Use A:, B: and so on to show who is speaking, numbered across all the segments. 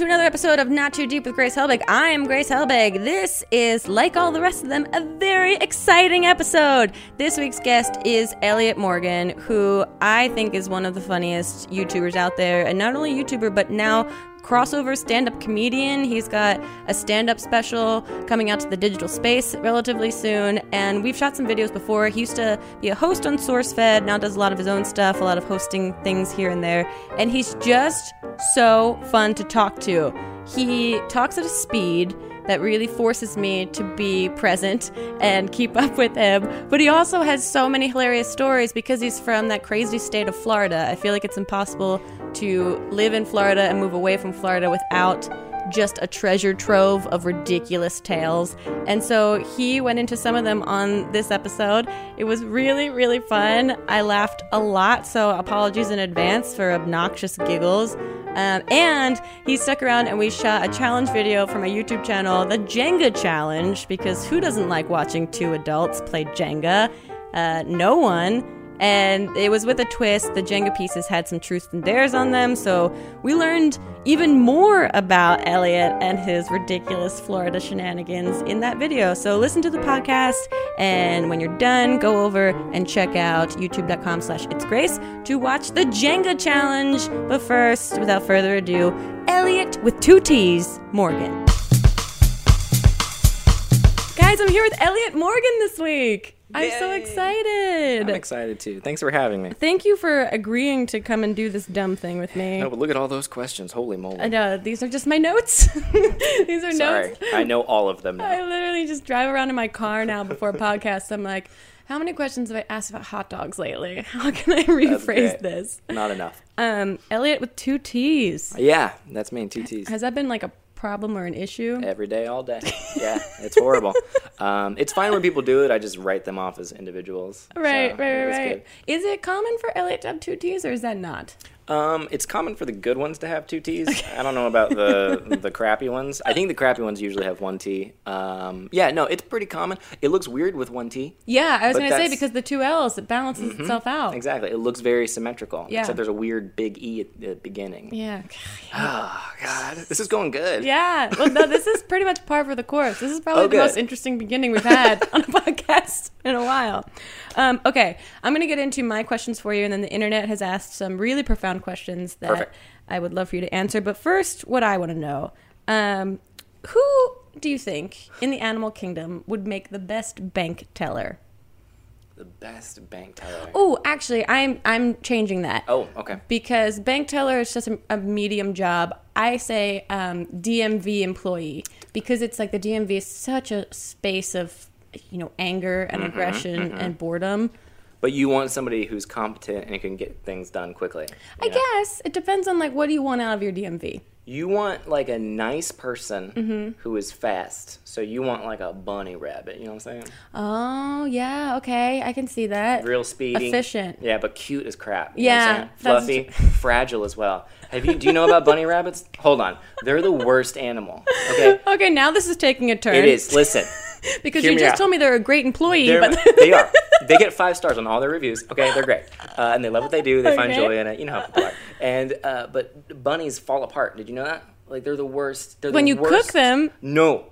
A: another episode of Not Too Deep with Grace Helbig. I am Grace Helbig. This is, like all the rest of them, a very exciting episode. This week's guest is Elliot Morgan, who I think is one of the funniest YouTubers out there, and not only YouTuber, but now crossover stand-up comedian. He's got a stand-up special coming out to the digital space relatively soon, and we've shot some videos before. He used to be a host on SourceFed, now does a lot of his own stuff, a lot of hosting things here and there, and he's just so fun to talk to. He talks at a speed that really forces me to be present and keep up with him. But he also has so many hilarious stories because he's from that crazy state of Florida. I feel like it's impossible to live in Florida and move away from Florida without just a treasure trove of ridiculous tales. And so he went into some of them on this episode. It was really, really fun. I laughed a lot, so apologies in advance for obnoxious giggles. Um, and he stuck around and we shot a challenge video from a YouTube channel, the Jenga Challenge, because who doesn't like watching two adults play Jenga? Uh, no one. And it was with a twist. The Jenga pieces had some truth and dares on them, so we learned even more about Elliot and his ridiculous Florida shenanigans in that video. So listen to the podcast, and when you're done, go over and check out youtube.com slash it's grace to watch the Jenga challenge. But first, without further ado, Elliot with two T's, Morgan. Guys, I'm here with Elliot Morgan this week. I'm so
B: Yay.
A: excited.
B: I'm excited too. Thanks for having me.
A: Thank you for agreeing to come and do this dumb thing with me.
B: No, but look at all those questions. Holy moly.
A: I know these are just my notes. these are
B: Sorry.
A: notes.
B: I know all of them
A: I
B: now.
A: literally just drive around in my car now before podcasts. I'm like, how many questions have I asked about hot dogs lately? How can I rephrase
B: great.
A: this?
B: Not enough.
A: Um, Elliot with two T's.
B: Yeah, that's me. Two T's.
A: Has that been like a problem or an issue?
B: Every day, all day. Yeah, it's horrible. um, it's fine when people do it. I just write them off as individuals. So,
A: Right, right,
B: it
A: right,
B: was
A: right. Is it common for Elliot to have two T's or is that not?
B: good. Um, it's common for the good ones to have two T's. I don't know about the the crappy ones. I think the crappy ones usually have one T. Um, yeah, no, it's pretty common. It looks weird with one T.
A: Yeah, I was
B: But
A: going to say
B: that's- Mm-hmm.
A: because the two L's, it balances itself out.
B: Exactly. It looks very symmetrical.
A: Yeah.
B: Except there's a weird big E at the beginning.
A: Yeah.
B: Oh God, this is going good.
A: Yeah. Well, no, this is pretty much par for the course. This is probably
B: Oh,
A: the most
B: good.
A: interesting beginning we've had on a podcast in a while. Um, okay, I'm going to get into my questions for you, and then the internet has asked some really profound questions that
B: Perfect.
A: I would love for you to answer. But first, what I want to know um, who do you think in the animal kingdom would make the best bank teller?
B: The best bank teller.
A: Oh, actually, I'm I'm changing that.
B: Oh, okay.
A: Because bank teller is just a, a medium job. I say um, DMV employee because it's like the DMV is such a space of you know anger and
B: Mm-hmm,
A: aggression and boredom.
B: But you want somebody who's competent and can get things done quickly.
A: I
B: you know?
A: guess it depends on like what do you want out of your DMV.
B: You want like a nice person
A: Mm-hmm.
B: who is fast. So you want like a bunny rabbit. You know what I'm saying?
A: Oh yeah, okay, I can see that.
B: Real speedy,
A: Efficient.
B: Yeah, but cute as crap. You
A: Yeah,
B: know what I'm saying?
A: that's-
B: fluffy, fragile as well. Have you? Do you know about bunny rabbits? Hold on, they're the worst animal. Okay,
A: Okay, now this is taking a turn.
B: it is. Listen.
A: because
B: hear
A: you
B: me
A: just
B: out.
A: told me they're a great employee,
B: They're,
A: but
B: they are. They get five stars on all their reviews. Okay, they're great, uh, and they love what they do. They find
A: Okay.
B: joy in it. You know how people are. And uh, but bunnies fall apart. Did you know that? Like they're the worst. They're
A: when
B: the
A: you
B: worst-
A: cook them,
B: No,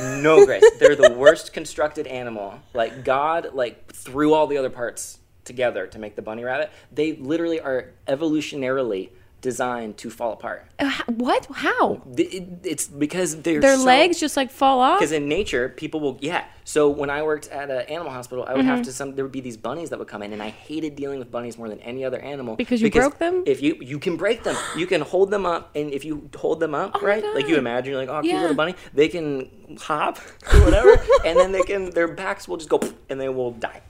B: no, Grace. They're the worst constructed animal. Like God, like threw all the other parts together to make the bunny rabbit. They literally are evolutionarily designed to fall apart.
A: uh, h- what? How?
B: Th- it- It's because they're
A: Their
B: so-
A: legs just like fall off.
B: because in nature, people will yeah. So when I worked at an animal hospital, I would have
A: Mm-hmm.
B: to some. There would be these bunnies that would come in, and I hated dealing with bunnies more than any other animal
A: Because you broke them?
B: If you you can break them, you can hold them up, and if you hold them up,
A: my
B: right? Like you
A: God.
B: imagine, you're like oh, cute
A: Yeah.
B: little bunny, they can hop, or whatever, and then they can their backs will just go, and they will die.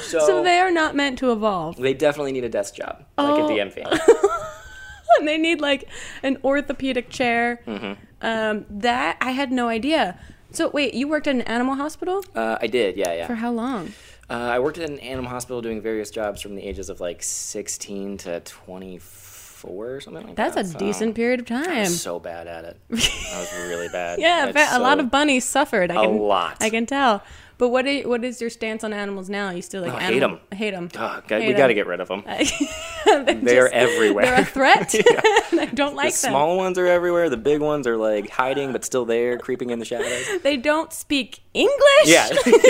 B: So,
A: so
B: they
A: they are not meant to evolve.
B: definitely need a desk job,
A: Oh.
B: like at DMV.
A: and they need like an orthopedic chair.
B: Mm-hmm.
A: Um, that I had no idea. So wait, you worked at an animal hospital
B: Uh, I did, yeah, yeah.
A: for how long?
B: Uh, I worked at an animal hospital doing various jobs from the ages of like 16 to 24 or something like
A: That's
B: that.
A: a
B: so-
A: decent period of
B: I
A: time.
B: was uh, so bad at it. I was really bad.
A: yeah,
B: It's
A: but a lot
B: so-
A: of bunnies suffered. I
B: A
A: can,
B: lot.
A: I can tell. But what is, what is your stance on animals now? You still like
B: Oh, I hate
A: animal,
B: 'em.
A: hate them.
B: Ugh, got- we got to get rid of them. They're everywhere.
A: They're a threat. and I don't
B: the
A: like them.
B: small ones are everywhere. The big ones are like hiding, but still there, creeping in the shadows.
A: They don't speak English.
B: Yeah,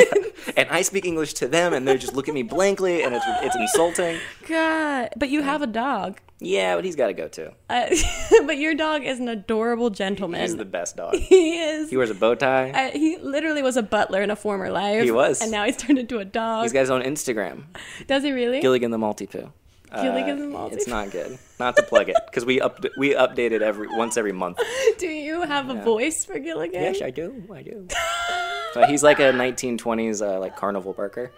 B: and I speak English to them, and they just look at me blankly, and it's it's insulting.
A: God. But you have a dog.
B: Yeah, but he's got to go too.
A: Uh, but your dog is an adorable gentleman.
B: He's the best dog.
A: he is.
B: He wears a bow tie.
A: I- he literally was a butler in a former life.
B: He was.
A: And now he's turned into a dog.
B: He's got his own Instagram,
A: Does he really?
B: Gilligan the Multi Poo.
A: Gilligan the Multi-Poo.
B: uh, It's not good. Not to plug it because we up we update it every once every month.
A: Do you have a voice for Gilligan?
B: Yes, I do. I do. But he's like a 1920s uh, like carnival barker.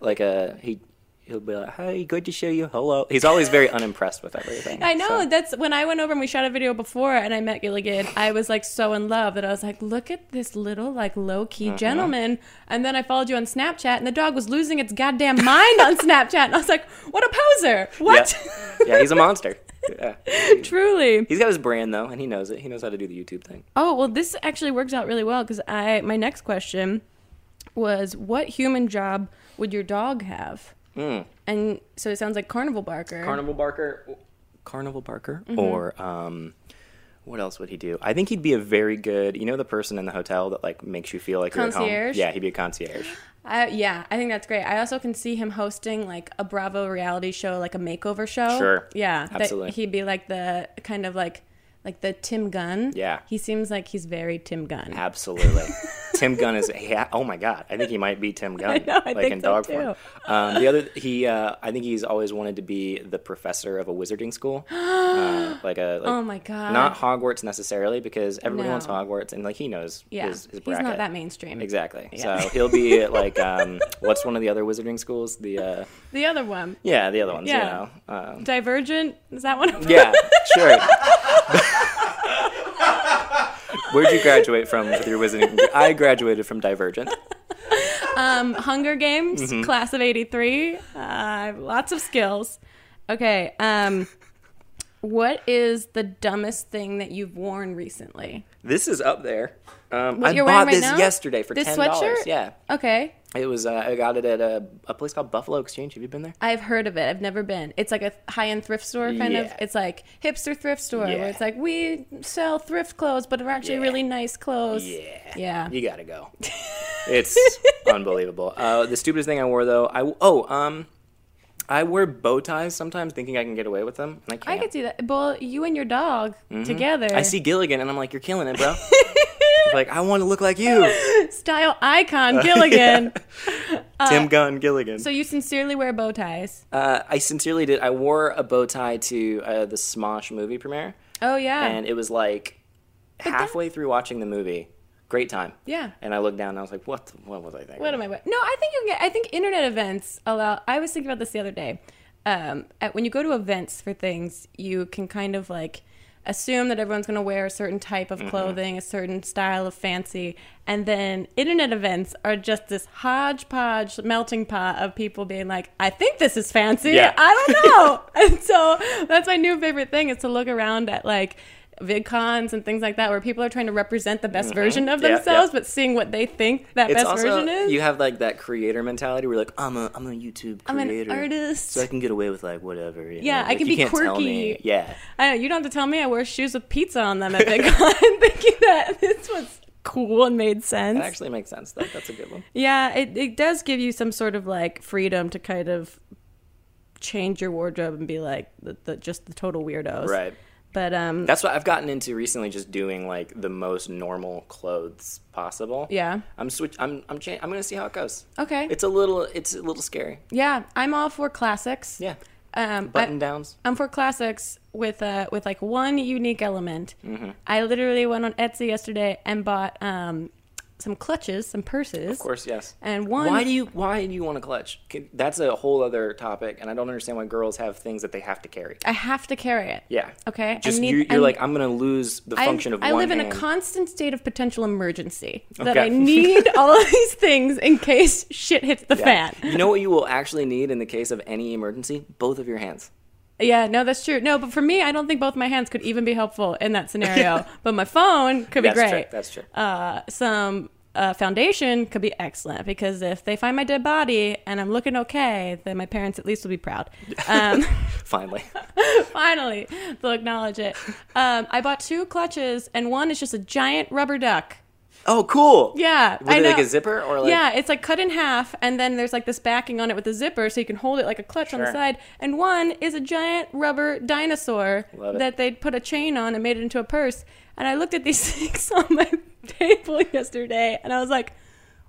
B: Like a he he'll be like, "Hey, good to see you. Hello." He's always very unimpressed with everything.
A: I know.
B: so-
A: That's when I went over and we shot a video before and I met Gilligan. I was like so in love that I was like, look at this little, like, low key
B: Mm-hmm.
A: gentleman. And then I followed you on Snapchat and the dog was losing its goddamn mind on Snapchat. And I was like, what a poser. What?
B: Yeah, he's a monster. Yeah.
A: Truly.
B: He's got his brand though, and he knows it. He knows how to do the YouTube thing.
A: Oh, well, this actually works out really well because I, my next question was, what human job would your dog have?
B: Hmm.
A: And so it sounds like carnival barker.
B: Carnival Barker, Carnival Barker,
A: Mm-hmm.
B: or um, what else would he do? I think he'd be a very good, you know, the person in the hotel that like makes you feel like you're at home.
A: Concierge?
B: Yeah, he'd be a concierge.
A: I, yeah, I think that's great. I also can see him hosting like a Bravo reality show, like a makeover show.
B: Sure.
A: Yeah. that
B: Absolutely.
A: he'd be like the kind of like like the Tim Gunn.
B: Yeah.
A: He seems like he's very Tim Gunn.
B: Absolutely. Tim Gunn is he ha- oh my god, I think he might be Tim Gunn,
A: know, I
B: like
A: think
B: in
A: so,
B: dog
A: too.
B: form. Um, the other he, uh, I think he's always wanted to be the professor of a wizarding school, uh, like a like,
A: Oh my God.
B: not Hogwarts necessarily because everybody wants
A: No.
B: Hogwarts and like he knows
A: yeah.
B: his, his
A: he's
B: bracket.
A: not that mainstream.
B: Exactly.
A: Yeah.
B: So he'll be at, like, um, what's one of the other wizarding schools? The uh,
A: The other one,
B: yeah, the other ones.
A: Yeah.
B: You know. Um,
A: Divergent, is that one?
B: yeah, sure. Where'd you graduate from with your wizarding? I graduated from Divergent.
A: Um, Hunger Games,
B: Mm-hmm.
A: class of '83. Uh, lots of skills. Okay. Um, what is the dumbest thing that you've worn recently?
B: This is up there. Um, I
A: you're wearing
B: bought
A: right
B: this
A: now?
B: yesterday for
A: This
B: ten dollars.
A: sweatshirt?
B: Yeah,
A: Okay.
B: it was. Uh, I got it at a, a place called Buffalo Exchange. Have you been there?
A: I've heard of it. I've never been. It's like a high end thrift store kind of.
B: Yeah.
A: It's like hipster thrift store
B: Yeah.
A: where it's like we sell thrift clothes, but are actually
B: Yeah.
A: really nice clothes.
B: Yeah.
A: Yeah.
B: You gotta go. It's unbelievable. Uh, the stupidest thing I wore though, I oh um, I wear bow ties sometimes, thinking I can get away with them, and I
A: I
B: can't.
A: could see that. Well, you and your dog together.
B: Mm-hmm. I see Gilligan, and I'm like, you're killing it, bro. like I want to look like you,
A: Style icon Gilligan.
B: Tim Gunn Gilligan.
A: Uh, So you sincerely wear bow ties.
B: uh, I sincerely did. I wore a bow tie to uh, the Smosh movie premiere,
A: Oh, yeah.
B: and it was like halfway through watching the movie. Great time.
A: Yeah.
B: And I looked down, and I was like, what? the- What was I thinking?
A: What am I? No, I think you can get. I think internet events allow. I was thinking about this the other day. Um, at, when you go to events for things, you can kind of like assume that everyone's going to wear a certain type of clothing, a certain style of fancy, and then internet events are just this hodgepodge, melting pot of people being like, "I think this is fancy.
B: Yeah.
A: I don't know." and so that's my new favorite thing is to look around at like. VidCons and things like that, where people are trying to represent the best version of
B: Yeah, yeah.
A: themselves, but seeing what they think that
B: it's
A: best
B: also
A: version is.
B: you have like that creator mentality where you're like I'm a I'm a YouTube creator,
A: I'm an artist.
B: so I can get away with like whatever. you
A: Yeah,
B: know,
A: I
B: like,
A: can
B: you
A: be
B: can't tell me.
A: quirky.
B: Yeah,
A: I know you don't have to tell me I wear shoes with pizza on them at VidCon, thinking that this was cool and made sense.
B: that actually makes sense. That, that's a good one.
A: yeah, it, it does give you some sort of like freedom to kind of change your wardrobe and be like the, the, just the total weirdos.
B: Right.
A: But um,
B: That's what I've gotten into recently, just doing like the most normal clothes possible.
A: Yeah.
B: I'm switch. I'm I'm cha- I'm gonna see how it goes.
A: okay.
B: It's a little it's a little scary.
A: yeah, I'm all for classics.
B: Yeah,
A: Um, I-
B: button downs.
A: I'm for classics with uh with like one unique element.
B: Mm-hmm.
A: I literally went on Etsy yesterday and bought um some clutches, some purses,
B: Of course, yes.
A: and one.
B: Why do you why do you want to clutch? Can- That's a whole other topic, and I don't understand why girls have things that they have to carry.
A: I have to carry it.
B: Yeah.
A: Okay, I
B: Just
A: need-
B: you, you're
A: I-
B: like I'm gonna lose the function
A: I,
B: of
A: I
B: one
A: live in
B: hand.
A: a constant state of potential emergency that
B: Okay.
A: I need all of these things in case shit hits the
B: Yeah.
A: fan.
B: You know what you will actually need in the case of any emergency? Both of your hands.
A: Yeah, no, that's true. No, but for me, I don't think both my hands could even be helpful in that scenario. But my phone could be
B: That's
A: great.
B: true. That's true.
A: uh, some uh, foundation could be excellent because if they find my dead body and I'm looking okay, then my parents at least will be proud. Um,
B: Finally.
A: finally, they'll acknowledge it. Um, I bought two clutches, and one is just a giant rubber duck.
B: Oh, cool.
A: Yeah,
B: Was
A: I
B: it like
A: know.
B: a zipper or like?
A: yeah, it's like cut in half, and then there's like this backing on it with a zipper, so you can hold it like a clutch on the
B: Sure.
A: side. And one is a giant rubber dinosaur
B: Love it.
A: that they'd put a chain on and made it into a purse. And I looked at these things on my table yesterday, and I was like,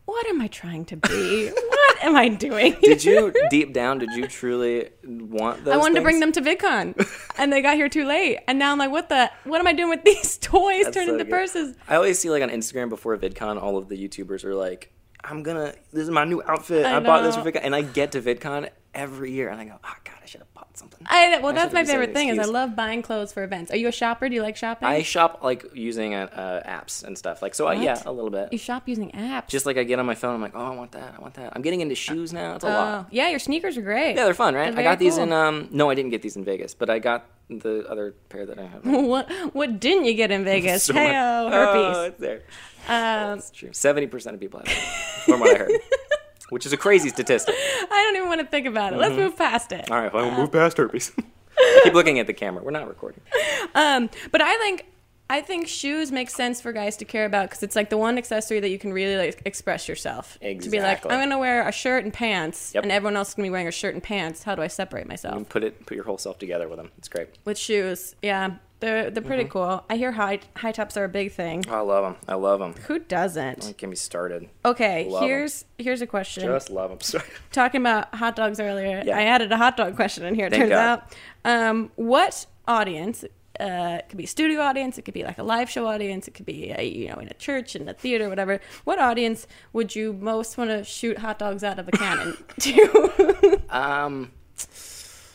A: "What am I trying to be? what am I doing?"
B: Did you deep down? Did you truly want those?
A: I wanted to bring
B: things?
A: them to VidCon, and they got here too late. And now I'm like, "What the? What am I doing with these toys
B: That's
A: turned
B: so
A: into
B: good.
A: purses?"
B: I always see like on Instagram before VidCon, all of the YouTubers are like, "I'm gonna. This is my new outfit.
A: I
B: I, bought this for
A: know.
B: VidCon." And I get to VidCon every year, and I go, "Oh God, I should have bought something."
A: I, well, that's
B: should've
A: my
B: used that
A: favorite thing is I
B: excuse.
A: love buying clothes for events. Are you a shopper? Do you like shopping?
B: I shop like using uh, uh, apps and stuff. Like so, I, yeah,
A: What?
B: a little
A: You
B: bit.
A: shop using apps.
B: Just like I get on my phone, I'm like, "Oh, I want that. I want that." I'm getting into shoes now. It's a
A: oh,
B: lot.
A: yeah, your sneakers are great.
B: Yeah, they're fun, right?
A: They're
B: I got
A: very
B: these in.
A: cool.
B: um No, I didn't get these in Vegas, but I got the other pair that I have.
A: what what didn't you get in Vegas?
B: So
A: Heyo,
B: much- Oh,
A: herpes.
B: it's there.
A: Um,
B: It's true. Seventy percent of people have it, from what I heard, which is a crazy statistic.
A: I don't even want to think about it.
B: Mm-hmm.
A: Let's move past it.
B: All right, fine. We'll move past herpes. I keep looking at the camera. We're not recording.
A: Um, but I think I think shoes make sense for guys to care about because it's like the one accessory that you can really like express yourself. To be like,
B: Exactly.
A: I'm gonna wear a shirt and pants,
B: Yep. Mm-hmm.
A: and everyone else is gonna be wearing a shirt and pants. How do I separate myself?
B: And put it, put your whole self together with them. It's great.
A: With shoes, yeah, they're they're
B: Mm-hmm.
A: pretty cool. I hear high high tops are a big thing.
B: Oh, I love them. I love them.
A: Who doesn't?
B: Get me started.
A: Okay,
B: Love 'em.
A: here's here's a question.
B: Just love them. Sorry.
A: talking about hot dogs earlier,
B: Yeah.
A: I added a hot dog question in here. It
B: Thank
A: turns
B: God.
A: out, um, what audience? Uh, it could be a studio audience. It could be like a live show audience. It could be a, you know in a church, in a theater, whatever. What audience would you most want to shoot hot dogs out of a cannon to?
B: Um,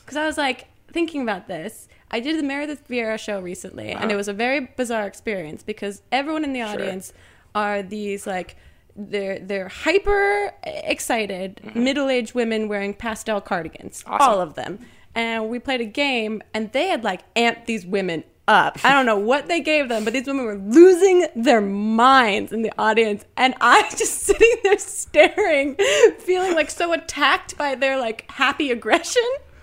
A: Because I was like thinking about this. I did the Meredith Vieira show recently, and it was a very bizarre experience because everyone in the audience are these like they're they're hyper excited middle aged women wearing pastel cardigans, all of them. And we played a game, and they had like amped these women up. I don't know what they gave them, but these women were losing their minds in the audience, and I just sitting there staring, feeling like so attacked by their like happy aggression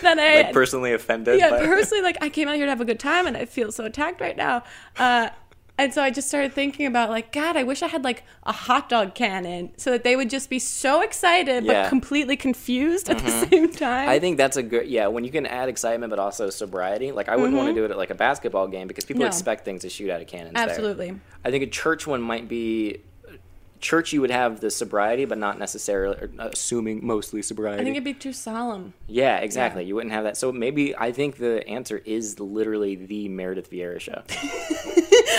A: that I
B: like personally offended.
A: yeah,
B: by-
A: personally, like I came out here to have a good time, and I feel so attacked right now. Uh, and so I just started thinking about like, God, I wish I had like a hot dog cannon, so that they would just be so excited but
B: Yeah. Mm-hmm.
A: completely confused at the same time.
B: I think that's a good yeah. When you can add excitement but also sobriety, like I wouldn't want to
A: Mm-hmm.
B: do it at like a basketball game because people
A: No.
B: expect things to shoot out of cannons. there.
A: Absolutely.
B: I think a church one might be church. You would have the sobriety, but not necessarily or uh, assuming mostly sobriety.
A: I think it'd be too solemn.
B: yeah, exactly. You wouldn't have that. So maybe I think the answer is literally the Meredith Vieira show.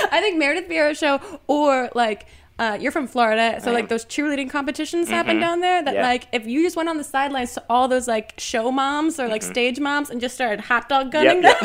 A: I think Meredith Vieira show or like uh, you're from Florida, so like those cheerleading competitions happen down there. That
B: Mm-hmm. Yeah.
A: like if you just went on the sidelines to all those like show moms or like
B: Mm-hmm.
A: stage moms and just started hot dog gunning them,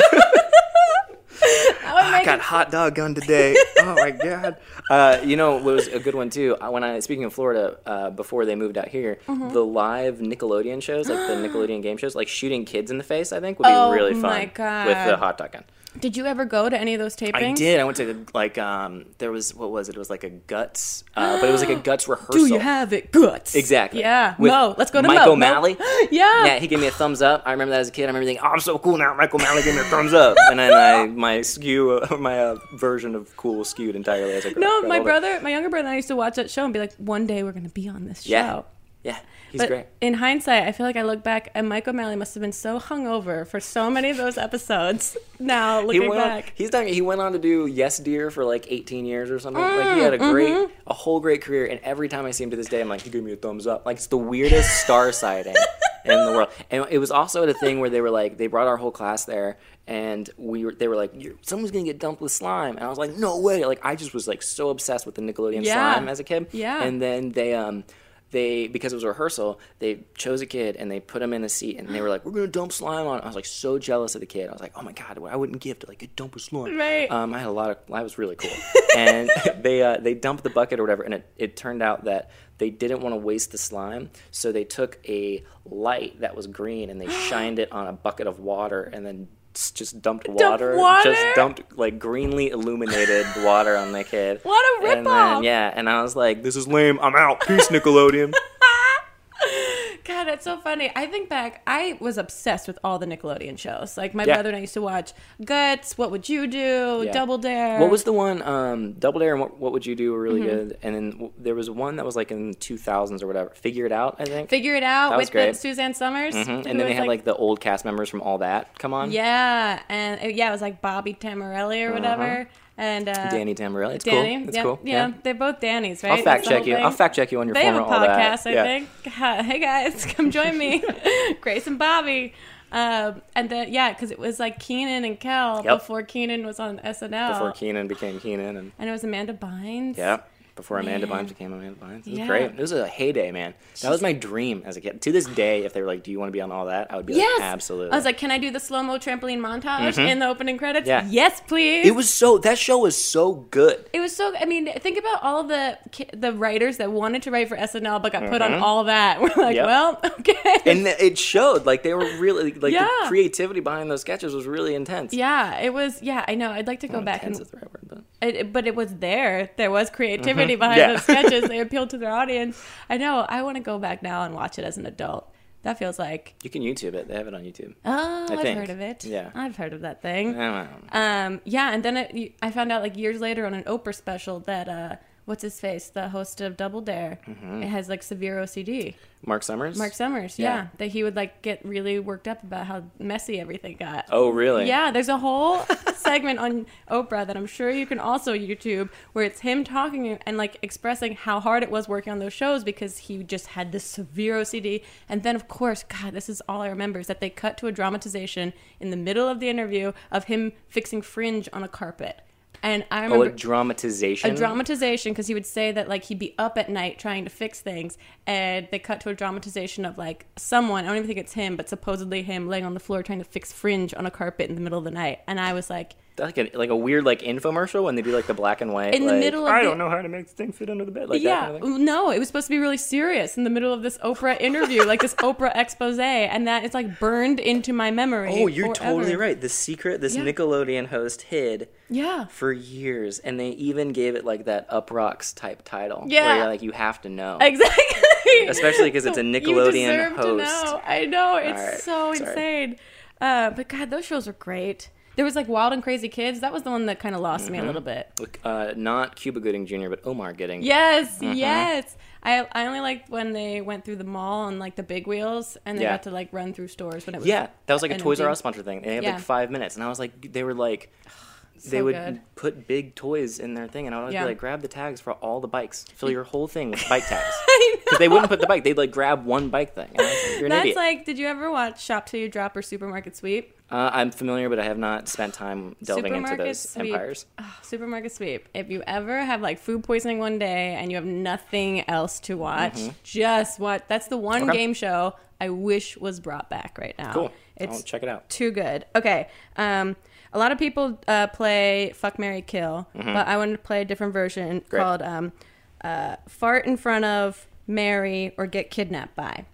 A: I would
B: I
A: make
B: got hot dog gun today. oh my god! Uh, you know what was a good one too? I- When I speaking of Florida, uh, before they moved out here, the live Nickelodeon shows, like the Nickelodeon game shows, like shooting kids in the face, I think would be
A: Oh
B: really fun
A: my
B: with the
A: God.
B: hot dog gun.
A: Did you ever go to any of those tapings?
B: I did. I went to the, like um, there was what was it? It was like a guts, uh, but it was like a guts rehearsal.
A: Do you have it? Guts.
B: Exactly.
A: Yeah.
B: With
A: Mo. Let's go to
B: Mike
A: Mo. Mo-
B: O'Malley.
A: Yeah.
B: Yeah, he gave me a thumbs up. I remember that as a kid. I remember thinking, "Oh, I'm so cool now." Michael Malley gave me a thumbs up, and then I, my skew, my uh, version of cool was skewed entirely as a
A: No, my brother, my younger brother, and I used to watch that show and be like, one day we're going to be on this show.
B: Yeah, yeah, he's
A: But
B: great.
A: in hindsight, I feel like I look back and Mike O'Malley must have been so hungover for so many of those episodes. Now
B: He
A: looking
B: went, on,
A: back,
B: he's done. He went on to do Yes Dear for like 18 years or something.
A: Mm,
B: like he had a great,
A: mm-hmm.
B: a whole great career. And every time I see him to this day, I'm like, he gave me a thumbs up. Like it's the weirdest star sighting in the world. And it was also at a thing where they were like, they brought our whole class there, and we were, they were like, You're, someone's gonna get dumped with slime. And I was like, no way. Like I just was like so obsessed with the Nickelodeon
A: Yeah.
B: slime as a kid.
A: Yeah.
B: And then they um they because it was a rehearsal, they chose a kid and they put him in a seat and they were like, We're gonna dump slime on I was like so jealous of the kid. I was like, Oh my god, what I wouldn't give to like get dumped with slime.
A: Right.
B: Um I had a lot of I was really cool. and they uh, they dumped the bucket or whatever and it, it turned out that they didn't want to waste the slime, so they took a light that was green and they shined it on a bucket of water and then s- just dumped
A: Dumped
B: water,
A: water?
B: just dumped like greenly illuminated water on the kid.
A: What a
B: And
A: ripoff.
B: then, yeah, and I was like, "This is lame. I'm out. Peace, Nickelodeon."
A: God, that's so funny. I think back, I was obsessed with all the Nickelodeon shows. Like my
B: Yeah.
A: brother and I used to watch Guts, What Would You Do,
B: Yeah.
A: Double Dare.
B: What was the one? Um, Double Dare and what, what Would You Do were really
A: Mm-hmm.
B: good. And then w- there was one that was like in two thousands or whatever. Figure It Out, I think.
A: Figure It Out
B: That
A: with
B: was
A: the,
B: great.
A: Suzanne Summers?
B: Mhm.
A: who
B: And then
A: was
B: they had like, the old cast members from all that come on.
A: yeah, and uh, yeah, it was like Bobby Tamarelli or whatever, and uh,
B: Uh-huh. Danny Tamarelli. It's
A: Danny,
B: cool. It's
A: yeah,
B: cool.
A: yeah, they're both Danny's, right?
B: I'll fact
A: That's the
B: check
A: whole
B: you. I'll
A: thing.
B: fact check you on your
A: They
B: phone
A: have a
B: and all that.
A: podcast, I
B: Yeah.
A: think. Hi- Hey guys, come join me, Grace and Bobby. Um, and then yeah, because it was like Keenan and Kel
B: Yep.
A: before Keenan was on SNL,
B: Before Keenan became Keenan, and
A: and it was Amanda Bynes.
B: yeah, before Amanda
A: Man.
B: Bynes became Amanda Bynes. It was
A: Yeah.
B: great. It was a heyday, man. That was my dream as a kid. To this day, if they were like, "Do you want to be on all that?" I would be
A: Yes,
B: like, "Absolutely." Mm-hmm.
A: I was like, can I do the slow mo trampoline montage in the opening credits?
B: Yeah.
A: Yes, please.
B: it was so that show was so good.
A: It was so. I mean, think about all the ki- the writers that wanted to write for SNL but got put on all that. We're like,
B: Mm-hmm. Yep.
A: well, okay.
B: And th- it showed like they were really like
A: Yeah.
B: the creativity behind those sketches was really intense.
A: yeah, it was. Yeah, I know. I'd like to go back
B: intense
A: and,
B: is the right word, but
A: it, it- but it was there. There was creativity behind
B: Mm-hmm. Yeah.
A: those sketches. they appealed to their audience. I know. I want to go back now and watch it as an adult. That feels like
B: you can YouTube it. They have it on YouTube.
A: oh,
B: I
A: I've
B: think.
A: heard of it.
B: Yeah.
A: I've heard of that thing.
B: I don't know.
A: Um, yeah, and then it, you- I found out like years later on an Oprah special that uh, what's his face, the host of Double Dare, it has like severe OCD.
B: Mark Summers.
A: Mark Summers, yeah.
B: Mm-hmm. Yeah.
A: that he would like get really worked up about how messy everything got.
B: Oh, really?
A: Yeah, there's a whole segment on Oprah that I'm sure you can also YouTube where it's him talking and like expressing how hard it was working on those shows because he just had this severe OCD. And then, of course, God, this is all I remember is that they cut to a dramatization in the middle of the interview of him fixing fringe on a carpet. And I
B: Oh,
A: remember
B: a dramatization.
A: a dramatization because he would say that like he'd be up at night trying to fix things and they cut to a dramatization of like someone i don't even think it's him but supposedly him laying on the floor trying to fix fringe on a carpet in the middle of the night and i was like
B: like a like a weird like infomercial when they do like the black and white.
A: In the
B: like,
A: middle of
B: I
A: the-
B: don't know how to make this thing fit under the bed. Like that
A: yeah
B: kind of thing.
A: no it was supposed to be really serious in the middle of this oprah interview like this oprah expose and that is like burned into my memory
B: Oh, you're
A: forever.
B: totally right. The secret this
A: Yeah.
B: Nickelodeon host hid
A: yeah
B: for years, and they even gave it like that Up Rocks type title.
A: Yeah.
B: where you're like you have to know.
A: Exactly.
B: Especially 'cause it's a
A: You
B: Nickelodeon
A: deserve
B: host.
A: know. I know. It's
B: All right,
A: so
B: sorry.
A: insane. Uh, but God, those shows are great. There was like Wild and Crazy Kids. That was the one that kind of lost me a little bit.
B: Look, uh, not Cuba Gooding Jr., but Omar Gooding.
A: Yes,
B: Mm-hmm.
A: yes. I, I only liked when they went through the mall on like the big wheels and they
B: Yeah.
A: got to like run through stores when it was
B: Yeah, that was like a
A: an
B: Toys R
A: empty-
B: Us sponsor thing. They had
A: Yeah.
B: like five minutes, and I was like, they were like, they
A: So
B: would
A: good.
B: put big toys in their thing, and I would always
A: Yeah.
B: be like, grab the tags for all the bikes, fill your whole thing with bike tags, because they wouldn't put the bike. They'd like grab one bike thing. And I was like, You're an
A: That's
B: idiot.
A: like, did you ever watch Shop Till You Drop or Supermarket Sweep?
B: uh, I'm familiar, but I have not spent time delving into those empires.
A: Oh, supermarket sweep. If you ever have like food poisoning one day and you have nothing else to watch, just watch. That's the one
B: Mm-hmm. Okay.
A: game show I wish was brought back right now.
B: Cool.
A: It's
B: I'll check it out.
A: too good. Okay. Um, a lot of people uh, play Fuck Mary Kill, but I wanted to play a different version
B: Mm-hmm. Great.
A: called um, uh, Fart in Front of Mary or Get Kidnapped by.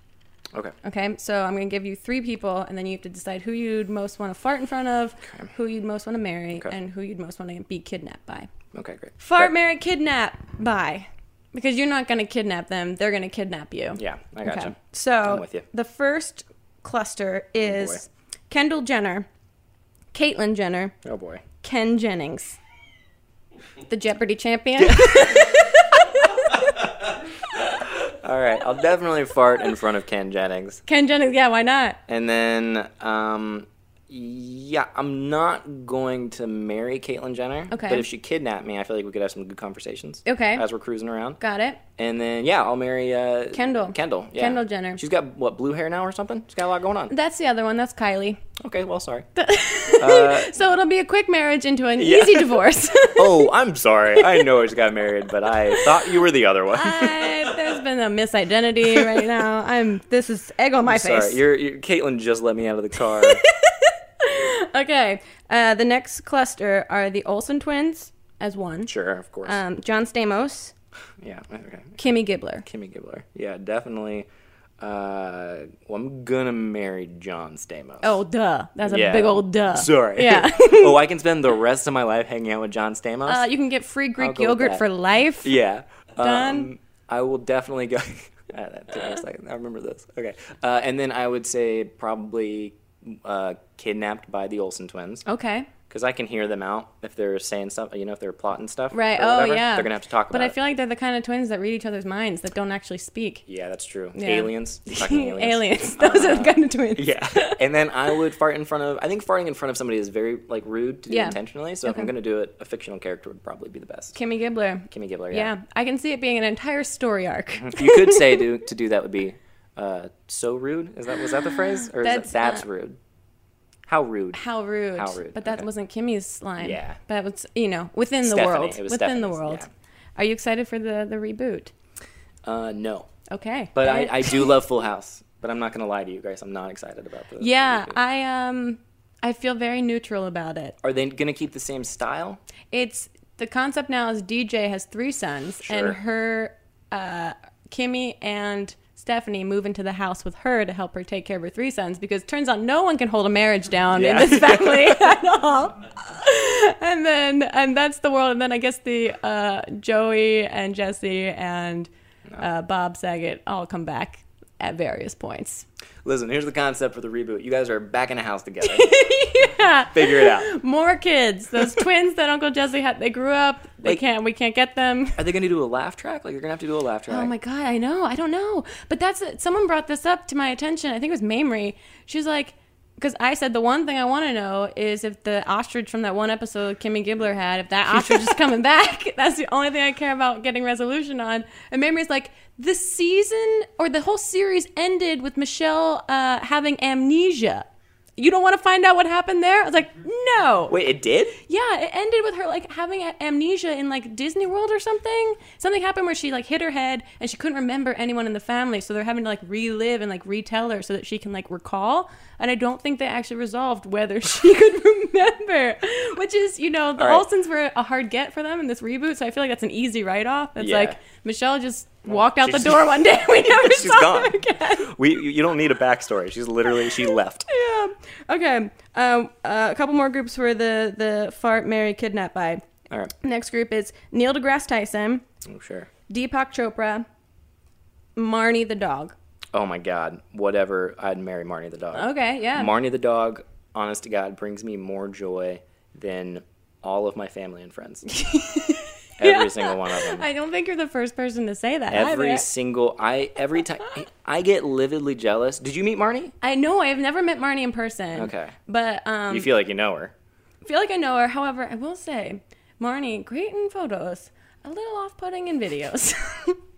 B: Okay.
A: Okay, so I'm going to give you three people, and then you have to decide who you'd most want to fart in front of, who you'd most want to marry,
B: Okay.
A: and who you'd most want to be kidnapped by.
B: Okay. Great.
A: Fart,
B: Great.
A: marry, kidnap, by. Because you're not going to kidnap them, they're going to kidnap you.
B: Yeah, I gotcha.
A: Okay. So
B: I'm with you. Oh,
A: the first cluster is Kendall Jenner, Caitlyn Jenner,
B: Oh boy.
A: Ken Jennings, the Jeopardy champion.
B: All right. I'll definitely fart in front of Ken Jennings,
A: Ken Jennings, yeah, why not?
B: and then um. Yeah, I'm not going to marry Caitlyn Jenner.
A: Okay.
B: But if she kidnapped me, I feel like we could have some good conversations.
A: Okay.
B: As we're cruising around.
A: Got it.
B: And then yeah, I'll marry uh,
A: Kendall.
B: Kendall. Yeah.
A: Kendall Jenner.
B: She's got what blue hair now or something. She's got a lot going on.
A: That's the other one. That's Kylie.
B: Okay. Well, sorry. Uh,
A: So it'll be a quick marriage into an easy divorce.
B: oh, I'm sorry. I know I just got married, but I thought you were the other one.
A: I, there's been a misidentity right now. I'm. This is egg on my
B: sorry.
A: face.
B: You're, you're Caitlyn just let me out of the car.
A: okay. Uh, the next cluster are the Olsen twins as one.
B: sure, of course.
A: Um, John Stamos,
B: yeah. Okay.
A: Kimmy Gibbler.
B: Kimmy Gibbler. Yeah, definitely. Uh, well, I'm gonna marry John Stamos.
A: Oh, duh. That's a
B: Yeah.
A: big old duh.
B: Sorry.
A: Yeah.
B: oh, I can spend the rest of my life hanging out with John Stamos.
A: Uh, you can get free Greek
B: go with
A: yogurt
B: that.
A: for life.
B: yeah. Um,
A: done.
B: I will definitely go. Ah, that took me a second. I remember this. Okay. Uh, and then I would say probably uh, kidnapped by the Olsen twins
A: Okay.
B: because I can hear them out if they're saying stuff. You know, if they're plotting stuff.
A: Right.
B: or
A: Oh,
B: whatever.
A: yeah.
B: They're gonna have to talk
A: But
B: about.
A: I feel like they're the kind of twins that read each other's minds that don't actually speak.
B: it. Yeah, that's true.
A: Yeah.
B: Aliens. Fucking aliens. Uh, Uh-huh.
A: Aliens. Those are the kind of twins.
B: Yeah. and then I would fart in front of. I think farting in front of somebody is very like rude to do
A: Yeah.
B: intentionally. So if I'm
A: Okay.
B: gonna do it, a fictional character would probably be the best.
A: Kimmy Gibbler.
B: Kimmy Gibbler. Mm-hmm.
A: Yeah. I can see it being an entire story arc.
B: you could say to, to do that would be uh, so rude. Is that was that the phrase or
A: That's
B: is that, that's
A: not-
B: rude? How rude?
A: How rude.
B: How rude,
A: But that
B: okay.
A: wasn't Kimmy's line.
B: Yeah.
A: But it was, you know, within the
B: Stephanie,
A: world.
B: it was
A: within the
B: Stephanie's,
A: world.
B: yeah.
A: Are you excited for the, the reboot?
B: Uh, no,
A: Okay.
B: but I, I do love Full House. But I'm not gonna lie to you guys. I'm not excited about this.
A: Yeah, I um I feel very neutral about it.
B: Are they gonna keep the same style?
A: It's the concept now is DJ has three sons
B: Sure.
A: and her uh Kimmy and Stephanie move into the house with her to help her take care of her three sons because turns out no one can hold a marriage down
B: Yeah.
A: in this family at all. And then and that's the world and then I guess the uh Joey and Jesse and uh, Bob Saget all come back at various points.
B: Listen, here's the concept for the reboot. You guys are back in a house together. Figure it out.
A: More kids. Those twins that Uncle Jesse had. They grew up. They
B: Like-
A: can't. We can't get them.
B: Are they gonna do a laugh track? Like you're gonna have to do a laugh track.
A: Oh my god. I know. I don't know. But that's it. someone brought this up to my attention. I think it was Mamrie. She's like, because I said the one thing I want to know is if the ostrich from that one episode Kimmy Gibbler had, if that ostrich is coming back. That's the only thing I care about getting resolution on. And Mamrie's like, the season or the whole series ended with Michelle uh, having amnesia. You don't want to find out what happened there? I was like, no.
B: Wait, it did?
A: Yeah, it ended with her like having a- amnesia in like Disney World or something. Something happened where she like hit her head and she couldn't remember anyone in the family, so they're having to like relive and like retell her so that she can like recall. And I don't think they actually resolved whether she could remember, which is you know the
B: All right.
A: Olsons were a hard get for them in this reboot, so I feel like that's an easy write off. It's
B: Yeah.
A: like Michelle just walked out the
B: she's-
A: door one day. We never
B: She's
A: saw
B: gone.
A: her again.
B: We you you don't need a backstory. She's literally she left.
A: Yeah. Okay. Um, uh, a couple more groups were the the fart, marry, kidnap by.
B: All right.
A: Next group is Neil deGrasse Tyson,
B: Oh, sure.
A: Deepak Chopra, Marnie the dog.
B: Oh my god. Whatever. I'd marry Marnie the dog.
A: Okay, yeah.
B: Marnie the dog, honest to God, brings me more joy than all of my family and friends. Every single one of them.
A: I don't think you're the first person to say that.
B: Every
A: either.
B: single I every time I get lividly jealous. Did you meet Marnie?
A: I know I've never met Marnie in person.
B: Okay.
A: But um
B: You feel like you know her.
A: feel like I know her. However, I will say, Marnie, great in photos, a little off putting in videos.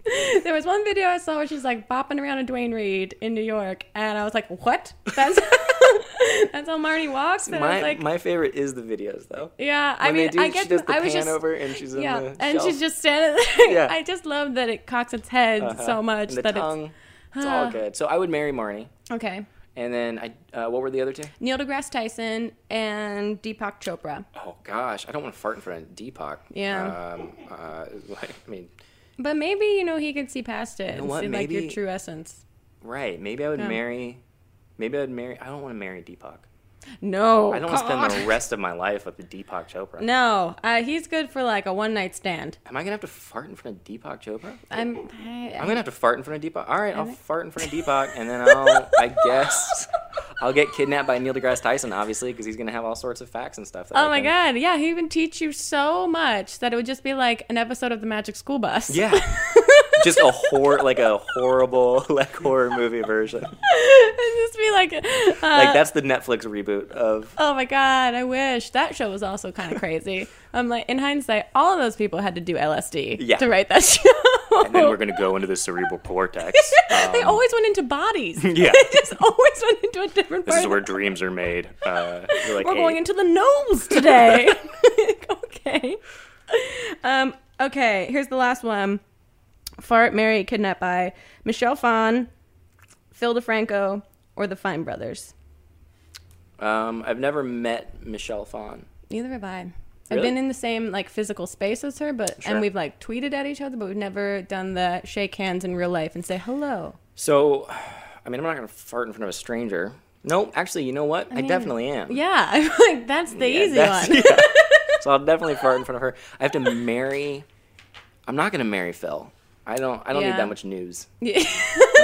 A: there was one video I saw where she's like bopping around a Dwayne Reed in New York, and I was like, what? That's, that's how Marnie walks? And I
B: My
A: was like,
B: my favorite is the videos though.
A: yeah, I
B: When
A: mean,
B: they do,
A: I get
B: she does the
A: I
B: pan
A: was just.
B: over and she's in
A: yeah,
B: the
A: and
B: shelf.
A: she's just standing there.
B: Yeah. Uh-huh.
A: I just love that it cocks its head so much
B: Uh, And the
A: that
B: tongue. It's, all good. So I would marry Marnie.
A: it's okay.
B: And then I uh, what were the other two?
A: Neil deGrasse Tyson and Deepak Chopra.
B: Oh gosh, I don't want to fart in front of Deepak.
A: Yeah.
B: Um, uh, I mean,
A: But maybe you know he could see past it and
B: what?
A: see like your
B: Maybe-
A: true essence.
B: right? Maybe I would marry. Maybe I'd marry. I don't want to marry Deepak.
A: No,
B: I don't want to
A: Oh, God.
B: spend the rest of my life with the Deepak Chopra.
A: No, uh, he's good for like a one night stand.
B: Am I gonna have to fart in front of Deepak Chopra?
A: I'm.
B: I'm
A: I,
B: gonna have to fart in front of Deepak. All right, I'll fart in front of Deepak, and then I'll, I guess, I'll get kidnapped by Neil deGrasse Tyson, obviously, because he's gonna have all sorts of facts and stuff. That I
A: oh my
B: can-
A: god! Yeah, he would teach you so much that it would just be like an episode of the Magic School Bus.
B: Yeah. Just a horror, like a horrible, like horror movie
A: Uh,
B: version.
A: It'd just be like, uh,
B: Like that's the Netflix reboot of.
A: oh my god! I wish that show was also kind of crazy. I'm like, in hindsight, all of those people had to do LSD
B: Yeah.
A: to write that show.
B: And then we're gonna go into the cerebral cortex. um,
A: they always went into bodies.
B: Yeah.
A: they just always went into a different
B: This
A: part.
B: is
A: of
B: where dreams are made. Uh, you're like,
A: We're
B: hey,
A: going into the gnomes today. okay. Um, okay, here's the last one. Fart, Mary, Kidnapped by Michelle Phan, Phil DeFranco, or the Fine Brothers.
B: Um, I've never met Michelle Phan.
A: Neither have I. I've
B: Really?
A: been in the same like physical space as her, but
B: Sure.
A: and we've like tweeted at each other, but we've never done the shake hands in real life and say hello.
B: So, I mean, I'm not going to fart in front of a stranger. No, actually, you know what? I,
A: mean,
B: definitely am.
A: Yeah, I'm like that's the
B: Yeah,
A: easy
B: that's-
A: one.
B: yeah. So I'll definitely fart in front of her. I have to marry. I'm not going to marry Phil. I don't. I don't
A: Yeah.
B: need that much news.
A: Yeah.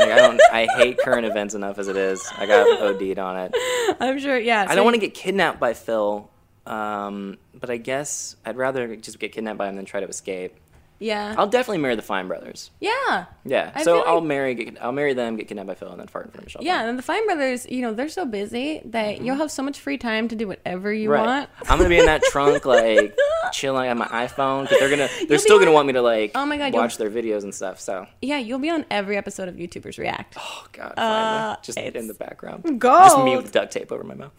B: Like, I don't. I hate current events enough as it is. I got OD'd on it.
A: I'm sure. Yeah,
B: I don't want to get kidnapped by Phil. Um, but I guess I'd rather just get kidnapped by him than try to escape.
A: Yeah,
B: I'll definitely marry the Fine Brothers.
A: yeah,
B: Yeah. so
A: I feel like-
B: I'll marry. Get, I'll marry them. Get kidnapped by Phil and then fart in front of Sheldon.
A: yeah. And the Fine Brothers, you know, they're so busy that you'll have so much free time to do whatever you
B: Mm-hmm. Right.
A: want.
B: I'm gonna be in that trunk like chilling on my iPhone because they're gonna they're
A: be
B: still gonna
A: like-
B: want me to like
A: Oh my God, you'll-
B: watch their videos and stuff. So
A: Yeah, you'll be on every episode of YouTubers React.
B: oh god,
A: Uh,
B: finally. just
A: it's
B: in the background, just me
A: gold.
B: with duct tape over my mouth.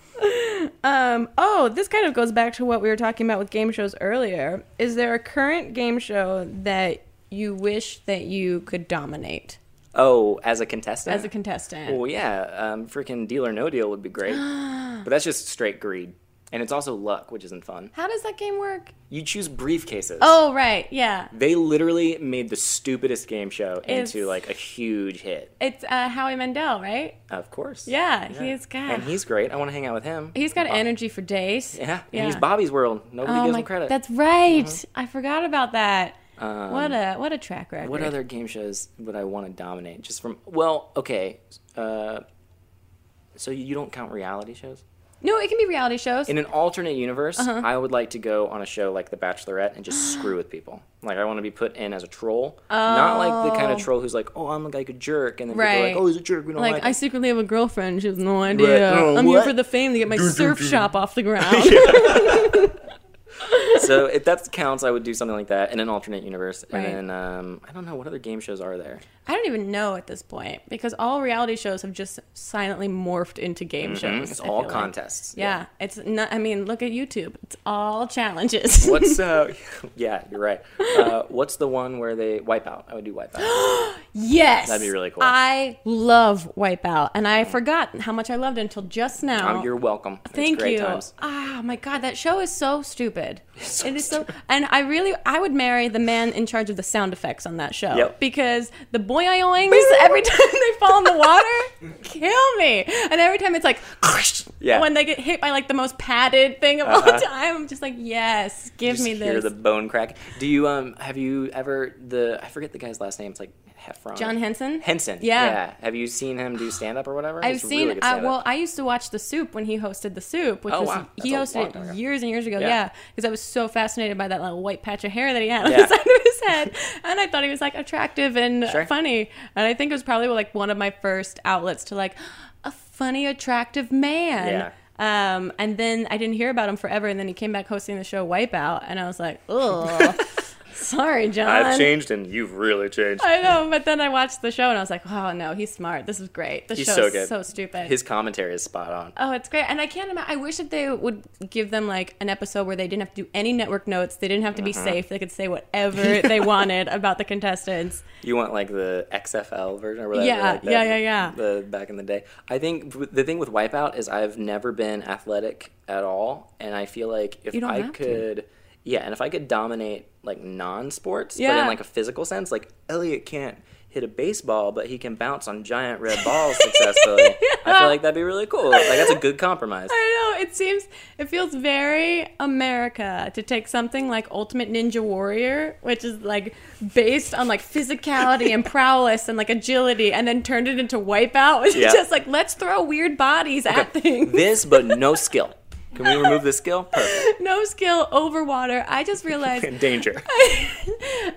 A: Um, oh, this kind of goes back to what we were talking about with game shows earlier. Is there a current game show that you wish that you could dominate
B: Oh, as a contestant,
A: as a contestant?
B: well, yeah, um, freaking deal or no deal would be great, but that's just straight greed, and it's also luck, which isn't fun.
A: How does that game work?
B: You choose briefcases.
A: Oh, right, yeah.
B: They literally made the stupidest game show
A: It's-
B: into like a huge hit.
A: It's uh, Howie Mandel, right?
B: Of course.
A: Yeah, he's got
B: And he's great. I want to hang out with him.
A: he's got energy for days.
B: Yeah, and he's Bobby's World.
A: Oh
B: Nobody gives him credit. Mm-hmm.
A: That's right. I forgot about that.
B: Um,
A: what a what a track record.
B: What other game shows would I want to dominate? Just from well, okay. Uh, so you don't count reality shows?
A: No, it can be reality shows.
B: In an alternate universe,
A: Uh-huh.
B: I would like to go on a show like The Bachelorette and just screw with people. Like I want to be put in as a troll, not like the kind of
A: Oh.
B: troll who's like, "Oh, I'm like a jerk," and then people are
A: Right.
B: like, "Oh, he's a jerk. We don't like."
A: like I
B: him."
A: secretly have a girlfriend. She has no idea.
B: Oh,
A: I'm here
B: what?
A: for the fame to get my surf shop off the ground.
B: so if that counts, I would do something like that in an alternate universe.
A: Right.
B: And then um, I don't know what other game shows are there.
A: I don't even know at this point because all reality shows have just silently morphed into game shows.
B: It's
A: I
B: all
A: feel like.
B: contests.
A: Yeah, it's not. I mean, look at YouTube. It's all challenges.
B: What's uh? Yeah, you're right. Uh, what's the one where they wipe out? I would do wipe out.
A: Yes.
B: That'd be really cool. Mm.
A: I love Wipeout, and I forgot how much I loved it until just now.
B: Um, you're welcome. It's
A: Oh, Thank
B: great
A: you.
B: times.
A: Ah, my God, that show is so stupid.
B: so
A: it is so, and I really, I would marry the man in charge of the sound effects on that show
B: Yep.
A: because the boy oings every time they fall in the water kill me, and every time it's like.
B: Yeah. Uh-huh.
A: When they get hit by like the most padded thing of all time, I'm just like, yes, give
B: Just
A: me this.
B: hear the bone crack. Do you um? Have you ever the? I forget the guy's last name. It's like Heffron.
A: John Henson?
B: Henson.
A: Yeah.
B: Have you seen him do stand up or whatever?
A: I've
B: He's really
A: seen.
B: good
A: uh,
B: stand-up.
A: well, I used to watch The Soup when he hosted The Soup, which
B: Oh,
A: was
B: wow. That's
A: he
B: a long
A: hosted
B: time ago.
A: it years and years ago.
B: Yeah.
A: Yeah, because I was so fascinated by that little white patch of hair that he had on
B: Yeah.
A: the side of his head, and I thought he was like attractive and
B: Sure.
A: funny. And I think it was probably like one of my first outlets to like a funny, attractive man.
B: Yeah.
A: Um, and then I didn't hear about him forever, and then he came back hosting the show Wipeout, and I was like, oh, sorry, John.
B: changed and you've really changed.
A: I know, but then I watched the show and I was like, "Oh no, he's smart. This is great. The
B: He's
A: show
B: so
A: is
B: good.
A: so stupid."
B: His commentary is spot on.
A: Oh, it's great. And I can't imagine. I wish that they would give them like an episode where they didn't have to do any network notes. They didn't have to be
B: Uh-huh.
A: safe. They could say whatever they wanted about the contestants.
B: You want like the XFL version or whatever?
A: Yeah,
B: like that-
A: yeah, yeah, yeah.
B: The back in the day, I think w- the thing with Wipeout is I've never been athletic at all, and I feel like if
A: You don't
B: I
A: have to.
B: could, yeah, and if I could dominate like non-sports, but
A: Yeah.
B: in like a physical sense, like Elliot can't hit a baseball, but he can bounce on giant red balls successfully. I feel like that'd be really cool. Like that's a good compromise.
A: I know. It seems, it feels very America to take something like Ultimate Ninja Warrior, which is like based on like physicality and prowess and like agility, and then turned it into Wipeout, which
B: Yeah.
A: is just like, let's throw weird bodies at things.
B: this, but no skill. Can we remove the skill? Perfect.
A: no skill over water. I just realized. uh,
B: Danger.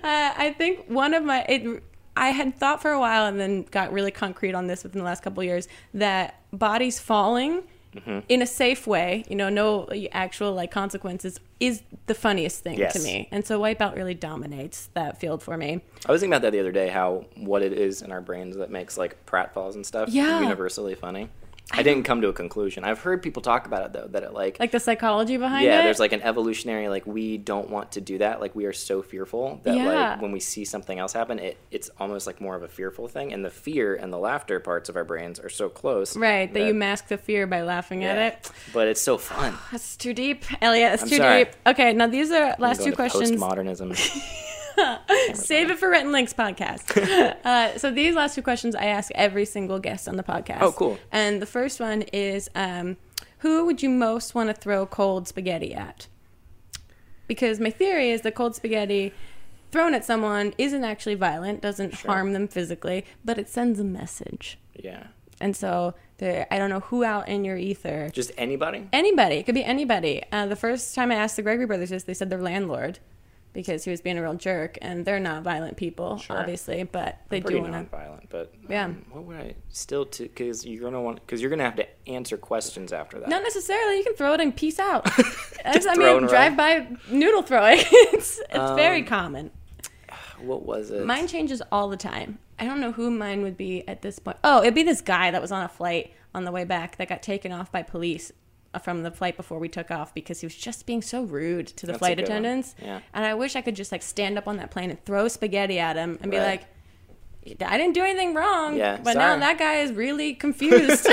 A: I think one of my it. I had thought for a while and then got really concrete on this within the last couple of years that bodies falling
B: Mm-hmm.
A: in a safe way, you know, no actual like consequences is the funniest thing to
B: Yes.
A: me. And so Wipeout really dominates that field for me.
B: I was thinking about that the other day, how what it is in our brains that makes like pratfalls and stuff
A: Yeah.
B: universally funny. I, didn't come to a conclusion. I've heard people talk about it though, that it like,
A: Like the psychology behind it.
B: yeah, there's like an evolutionary like we don't want to do that. Like we are so fearful that
A: Yeah.
B: like when we see something else happen, it it's almost like more of a fearful thing. And the fear and the laughter parts of our brains are so close,
A: right that, you mask the fear by laughing
B: yeah.
A: at it.
B: But it's so fun.
A: That's too deep, Elliot. That's too
B: sorry.
A: deep. Okay, now these are last
B: Going
A: two
B: to
A: questions.
B: Postmodernism.
A: Save it for Rent and Links podcast. uh, so these last two questions I ask every single guest on the podcast.
B: Oh, cool.
A: And the first one is, um, who would you most want to throw cold spaghetti at? Because my theory is that cold spaghetti thrown at someone isn't actually violent, doesn't harm them physically, but it sends a message.
B: Yeah.
A: And so there, I don't know who out in your ether
B: Just anybody?
A: anybody. It could be anybody. Uh, the first time I asked the Gregory brothers this, they said their landlord because he was being a real jerk, and they're not violent people,
B: Sure.
A: obviously, but they
B: pretty
A: do want to.
B: nonviolent, but
A: Yeah.
B: um, what would I still to? Because you're gonna want because you're gonna have to answer questions after that.
A: Not necessarily. You can throw it and peace out. As- I
B: thrown
A: mean,
B: around. Um,
A: drive by noodle throwing. it's it's very common.
B: What was it?
A: Mine changes all the time. I don't know who mine would be at this point. Oh, it'd be this guy that was on a flight on the way back that got taken off by police uh, from the flight before we took off because he was just being so rude to the
B: That's a
A: flight
B: good one.
A: attendants.
B: Yeah.
A: And I wish I could just like stand up on that plane and throw spaghetti at him and be
B: Right.
A: like, I didn't do anything wrong.
B: Yeah,
A: But now
B: sorry.
A: that guy is really confused.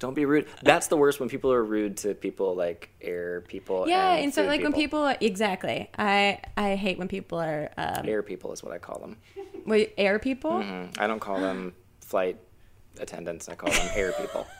B: Don't be rude. That's the worst when people are rude to people like air people.
A: yeah. And, so
B: food
A: like when people, exactly. I, I hate when people are, um,
B: air people is what I call them.
A: wait, air people.
B: Mm, I don't call them flight attendants. I call them air people.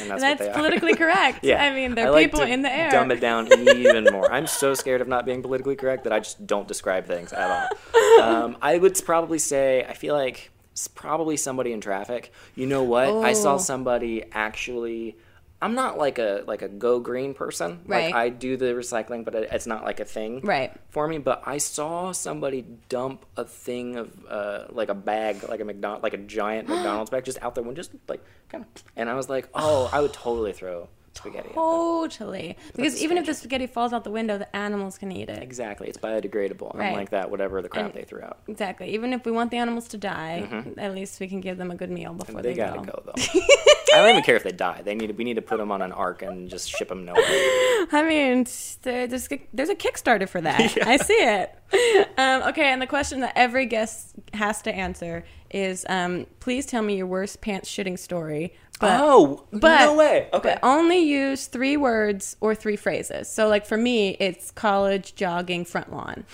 B: And that's, what
A: That's
B: they are.
A: politically correct.
B: Yeah.
A: I mean,
B: I
A: they're
B: like
A: people
B: to
A: in the air.
B: Dumb it down even more. I'm so scared of not being politically correct that I just don't describe things at all. Um, I would probably say, I feel like it's probably somebody in traffic. You know what? I
A: Oh.
B: saw somebody actually. I'm not like a like a go green person.
A: Right.
B: Like I do the recycling, but it- it's not like a thing
A: Right.
B: for me. But I saw somebody dump a thing of uh, like a bag, like a McDonald, like a giant McDonald's bag, just out there, one just like kind of. And I was like, oh, I would totally throw spaghetti. at them.
A: Totally. Because even if the spaghetti falls out the window, the animals can eat it.
B: Exactly, it's biodegradable,
A: Right.
B: unlike that whatever the crap
A: And-
B: they threw out.
A: Exactly. Even if we want the animals to die, at least we can give them a good meal before
B: Mm-hmm. They
A: they,
B: gotta go though. I don't even care if they die. They need. We need to put them on an ark and just ship them nowhere.
A: I mean, there- there's, there's a Kickstarter for that. I see it. Um, okay, and the question that every guest has to answer is um, please tell me your worst pants shitting story. But,
B: oh,
A: but,
B: no way. Okay.
A: But only use three words or three phrases. So, like for me, it's college jogging front lawn.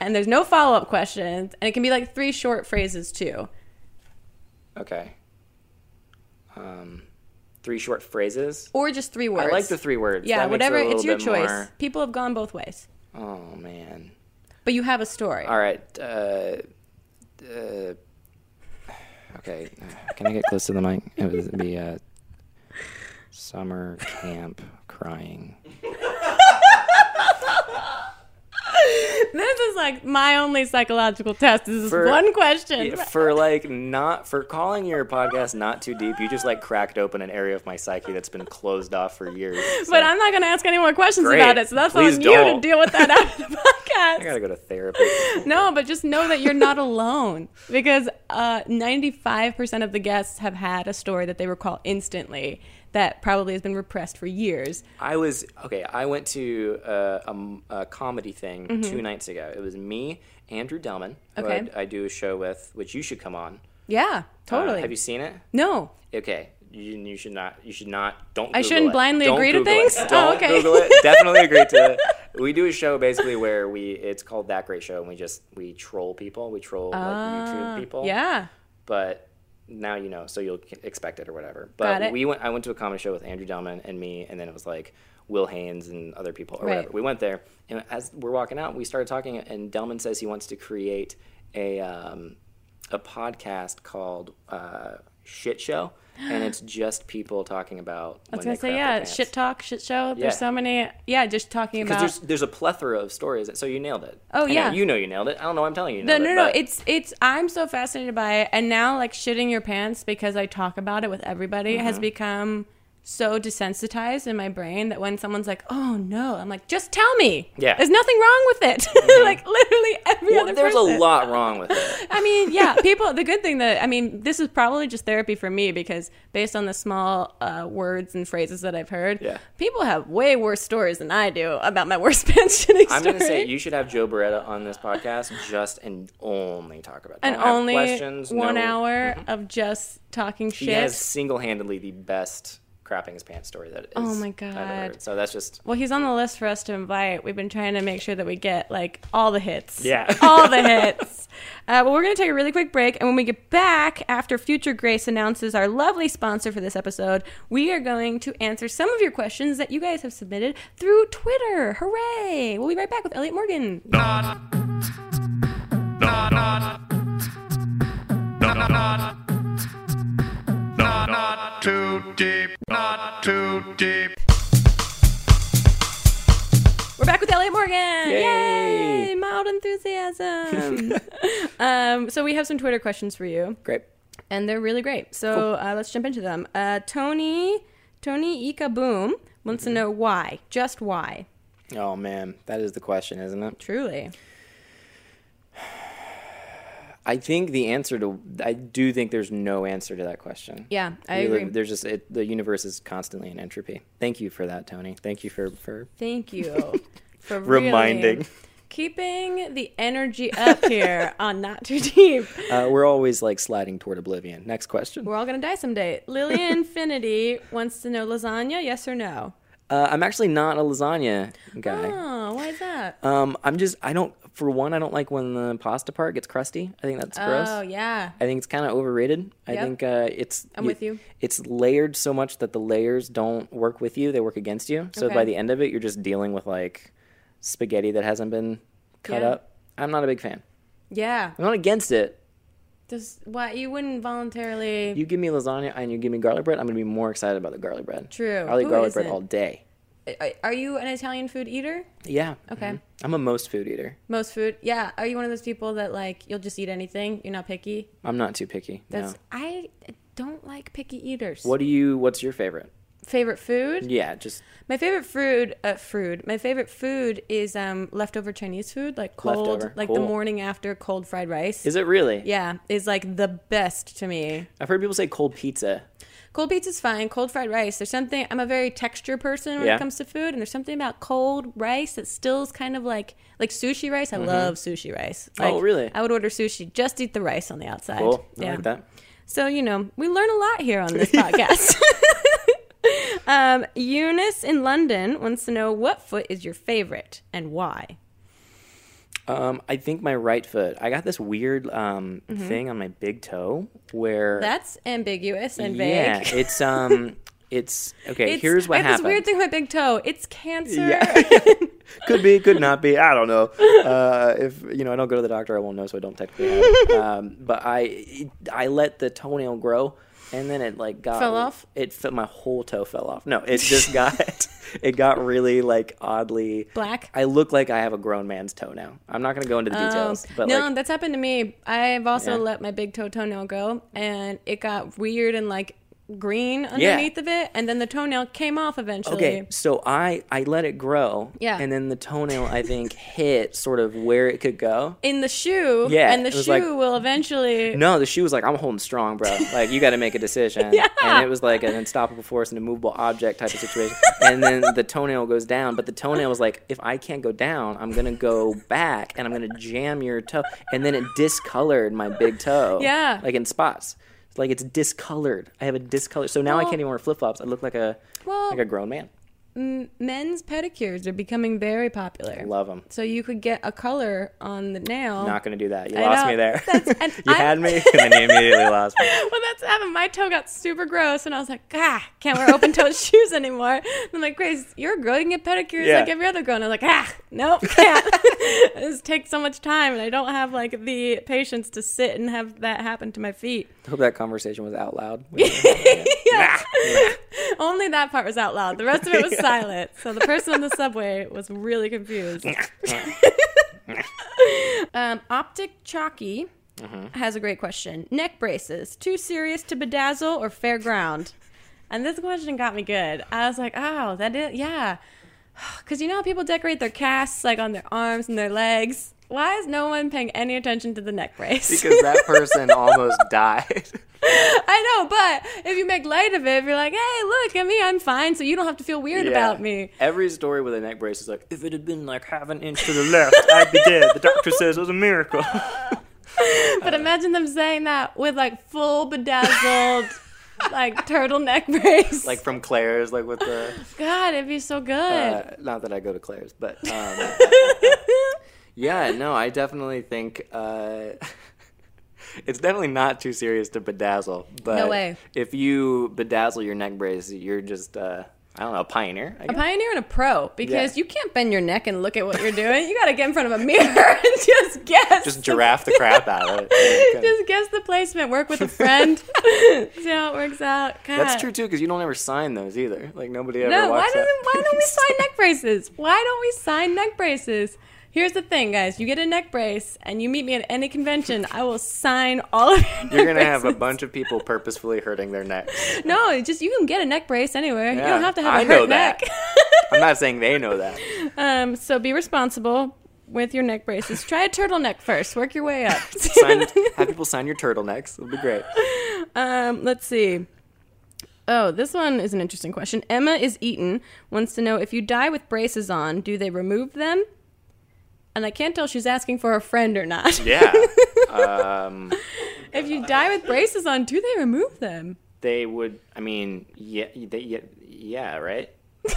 A: And there's no follow up questions. And it can be like three short phrases too.
B: okay. Um, three short phrases.
A: Or just three words.
B: I like the three words.
A: Yeah,
B: That makes it
A: whatever.
B: a little
A: it's your
B: bit
A: choice.
B: more-
A: People have gone both ways.
B: Oh man.
A: But you have a story.
B: All right. Uh, uh, okay. uh, Can I get close to the mic? It would be uh, summer camp crying.
A: This is like my only psychological test. This is
B: For-
A: one question.
B: Yeah, for like not for calling your podcast not too deep. You just like cracked open an area of my psyche that's been closed off for years. So
A: but I'm not going to ask any more questions
B: Great.
A: about it. So that's
B: Please
A: on you to
B: don't.
A: deal with that after the podcast.
B: I gotta go to therapy.
A: No, but just know that you're not alone because uh, 95% of the guests have had a story that they recall instantly that probably has been repressed for years.
B: I was okay. I went to uh, a, m- a comedy thing two nights ago. It was me, Andrew Delman, who
A: Mm-hmm. Okay.
B: I, I do a show with, which you should come on.
A: Yeah,
B: Uh,
A: totally.
B: have you seen it?
A: no.
B: Okay. You, you should not. You should not. Don't.
A: I
B: Google
A: shouldn't
B: it.
A: blindly
B: Don't
A: agree to
B: Google
A: things?
B: It. Don't
A: Oh, okay.
B: Google it. Definitely agree to it. We do a show basically where we. It's called That Great Show, and we just we troll people. We troll like YouTube people.
A: Ah, Yeah.
B: But now you know, so you'll expect it or whatever. But
A: Got it.
B: we went. I went to a comedy show with Andrew Delman and me, and then it was like Will Haynes and other people or
A: Right.
B: whatever. We went there, and as we're walking out, we started talking, and Delman says he wants to create a um, a podcast called uh, Shit Show, and it's just people talking about.
A: I was going to say, yeah, shit talk, shit show. There's
B: Yeah.
A: so many. Yeah, just talking
B: Because
A: about.
B: there's there's a plethora of stories, so you nailed it.
A: Oh,
B: I know-
A: yeah.
B: you know you nailed it. I don't know. I'm telling you. you
A: No,
B: nailed
A: no,
B: it,
A: no.
B: but-
A: It's it's. I'm so fascinated by it, and now like shitting your pants because I talk about it with everybody has
B: Mm-hmm.
A: become so desensitized in my brain that when someone's like, "Oh no," I'm like, "Just tell me."
B: Yeah. Mm-hmm.
A: there's nothing wrong with it. like literally every
B: Well,
A: other.
B: there's
A: person.
B: a lot wrong with it.
A: I mean, yeah, people. The good thing that I mean, this is probably just therapy for me because based on the small uh, words and phrases that I've heard,
B: Yeah.
A: people have way worse stories than I do about my worst pants shitting
B: I'm
A: story.
B: gonna say you should have Joe Beretta on this podcast just and only talk about.
A: and
B: don't have
A: only
B: questions,
A: one
B: no- Mm-hmm.
A: hour of just talking shit.
B: He has single-handedly the best crapping his pants story that is.
A: Oh my
B: I've
A: God.
B: ever heard. So that's just
A: Well, he's on the list for us to invite. We've been trying to make sure that we get like all the hits.
B: Yeah.
A: all the hits. Uh, well, we're going to take a really quick break. And when we get back, after Future Grace announces our lovely sponsor for this episode, we are going to answer some of your questions that you guys have submitted through Twitter. Hooray! We'll be right back with Elliot Morgan.
C: Not too deep, not too deep.
A: We're back with Elliot Morgan.
B: Yay.
A: Yay! Mild enthusiasm. um, so we have some Twitter questions for you.
B: great.
A: and they're really great. So uh, let's jump into them. Uh, Tony Tony Ika Boom wants to know why, just why,
B: Oh man, that is the question, isn't it?
A: truly.
B: I think the answer to I do think there's no answer to that question.
A: Yeah, I
B: We live-
A: agree.
B: there's just it, the universe is constantly in entropy. Thank you for that, Tony. Thank you for for
A: Thank you for
B: Reminding.
A: really keeping the energy up here on not too deep.
B: uh, we're always like sliding toward oblivion. Next question.
A: We're all gonna die someday. Lily Infinity wants to know lasagna, yes or no?
B: Uh, I'm actually not a lasagna guy.
A: Oh, why is that?
B: Um, I'm just I don't for one I don't like when the pasta part gets crusty. I think that's gross.
A: Oh yeah.
B: I think it's kind of overrated. I
A: Yep.
B: think uh, it's.
A: I'm with you.
B: It's layered so much that the layers don't work with you; they work against you. So
A: Okay.
B: by the end of it, you're just dealing with like spaghetti that hasn't been cut
A: Yeah.
B: up. I'm not a big fan.
A: Yeah.
B: I'm not against it.
A: Just why you wouldn't voluntarily
B: You give me lasagna and you give me garlic bread, I'm gonna be more excited about the garlic bread.
A: True.
B: I like
A: Who
B: garlic bread
A: isn't?
B: all day.
A: Are- uh, Are you an Italian food eater?
B: Yeah.
A: Okay.
B: Mhm. I'm a most food eater.
A: Most food. Yeah. Are you one of those people that like you'll just eat anything? You're not picky?
B: I'm not too picky.
A: That's
B: no.
A: I don't like picky eaters.
B: What do you? What's your favorite?
A: favorite food?
B: Yeah, just
A: My favorite food uh food. My favorite food is um leftover Chinese food, like cold
B: Leftover.
A: like the
B: Cool.
A: morning after cold fried rice.
B: is it really?
A: yeah, is like the best to me.
B: I've heard people say cold pizza.
A: Cold pizza's fine. Cold fried rice. There's something. I'm a very texture person when it
B: Yeah.
A: comes to food, and there's something about cold rice that still is kind of like like sushi rice. I love sushi rice.
B: Mm-hmm. Oh,
A: Like,
B: really?
A: I would order sushi. Just eat the rice on the outside.
B: Cool. I
A: Yeah.
B: like that.
A: So you know, we learn a lot here on this podcast. um, Eunice in London wants to know what foot is your favorite and why.
B: Um, I think my right foot. I got this weird um, thing on my big toe where
A: Mm-hmm. That's ambiguous and vague.
B: yeah, it's um, it's okay.
A: It's-
B: here's
A: I
B: what
A: have
B: happened.
A: this weird thing with my big toe. It's cancer.
B: could be, could not be. I don't know. Uh, if you know, I don't go to the doctor, I won't know, so I don't technically. Have it. Um, but I, it- I let the toenail grow, and then it like got
A: Fell off?
B: It fell, my whole toe fell off. No, it just got, it got really like oddly
A: Black?
B: I look like I have a grown man's toe now. I'm not gonna go into the details,
A: Oh,
B: but
A: no,
B: like,
A: that's happened to me. I've also
B: Yeah.
A: let my big toe toenail go, and it got weird and like green
B: Yeah.
A: underneath of it, and then the toenail came off eventually.
B: Okay, so I I let it grow.
A: Yeah.
B: And then the toenail I think hit sort of where it could go.
A: In the shoe,
B: Yeah,
A: and the
B: it was
A: shoe
B: like-
A: will eventually.
B: No, the shoe was like, I'm holding strong, bro. Like you got to make a decision.
A: Yeah.
B: And it was like an unstoppable force, an immovable object type of situation. and then the toenail goes down, but the toenail was like, if I can't go down, I'm gonna go back and I'm gonna jam your toe. And then it discolored my big toe.
A: Yeah.
B: Like in spots. It's Like it's discolored. I have a discolor. So now I
A: Well-
B: can't even wear flip flops. I look like a
A: Well-
B: like a grown man.
A: Men's pedicures are becoming very popular.
B: Love them.
A: So you could get a color on the nail.
B: Not gonna do that. You
A: I
B: lost
A: know.
B: me there.
A: That's- and
B: you
A: I-
B: had me, and then you immediately lost me.
A: well, that's happened. My toe got super gross, and I was like, ah, can't wear open toed shoes anymore. And I'm like, Grace, you're a girl. You can get pedicures
B: Yeah.
A: like every other girl. And I'm like, ah, nope, can't. this takes so much time, and I don't have like the patience to sit and have that happen to my feet.
B: I hope that conversation was out loud. We-
A: Only that part was out loud. The rest of it was silent. So the person on the subway was really confused. um, Optic Chalky
B: Mm-hmm.
A: has a great question. Neck braces, too serious to bedazzle or fair ground? And this question got me good. I was like, oh, that is, yeah. Because you know how people decorate their casts like on their arms and their legs? Why is no one paying any attention to the neck brace?
B: because that person almost died.
A: I know, but if you make light of it, if you're like, hey, look at me, I'm fine, so you don't have to feel weird about me.
B: Every story with a neck brace is like, if it had been like half an inch to the left, I'd be dead. The doctor says it was a miracle.
A: But imagine them saying that with like full bedazzled like turtleneck brace.
B: like from Claire's, like with the.
A: God, it'd be so good.
B: Uh, not that I go to Claire's, but um, yeah, no, I definitely think uh, it's definitely not too serious to bedazzle. But
A: No way.
B: if you bedazzle your neck brace, you're just uh, I don't know, a pioneer. I
A: a
B: guess.
A: pioneer and a pro because
B: Yeah.
A: you can't bend your neck and look at what you're doing. You got to get in front of a mirror and just guess.
B: just giraffe the crap out of it. Okay.
A: Just guess the placement. Work with a friend. See how it works out. God.
B: That's true too, because you don't ever sign those either. Like nobody ever.
A: No, why
B: walks up-
A: doesn't why don't we sign neck braces? Why don't we sign neck braces? Here's the thing, guys. You get a neck brace and you meet me at any convention, I will sign all of your
B: You're
A: neck
B: gonna have a
A: braces.
B: bunch of people purposefully hurting their necks.
A: No, it's just you can get a neck brace anywhere. you
B: Yeah,
A: don't have to have a
B: I
A: hurt
B: know that.
A: neck.
B: I'm not saying they know that.
A: um, so be responsible with your neck braces. Try a turtleneck first. Work your way up.
B: Sign, have people sign your turtlenecks. It'll be great.
A: Um, let's see. Oh, this one is an interesting question. Emma is Eaton wants to know if you die with braces on, do they remove them? And I can't tell if she's asking for a friend or not.
B: Yeah. Um,
A: if you die with braces on, do they remove them?
B: they would. I mean, yeah, they, yeah, yeah, right. Because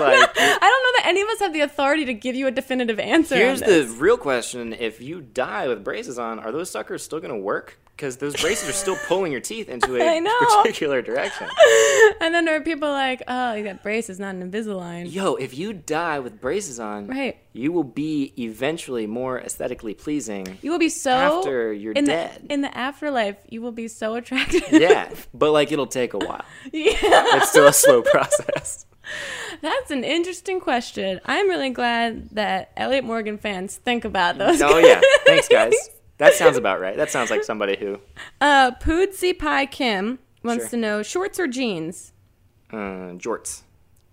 B: like,
A: I don't know that any of us have the authority to give you a definitive answer. on
B: here's
A: this.
B: the real question: If you die with braces on, are those suckers still gonna work? Because those braces are still pulling your teeth into
A: I
B: a
A: know.
B: particular direction.
A: And then there are people like, oh, you got braces, not an Invisalign.
B: Yo, if you die with braces on,
A: Right.
B: you will be eventually more aesthetically pleasing.
A: You will be so
B: After you're
A: in
B: dead.
A: The, in the afterlife, you will be so attractive.
B: Yeah, but like it'll take a while.
A: yeah.
B: It's still a slow process.
A: That's an interesting question. I'm really glad that Elliot Morgan fans think about those.
B: Oh yeah, thanks guys. That sounds about right. That sounds like somebody who.
A: Uh, Poodsy Pie Kim wants
B: Sure.
A: to know shorts or jeans?
B: Uh, jorts.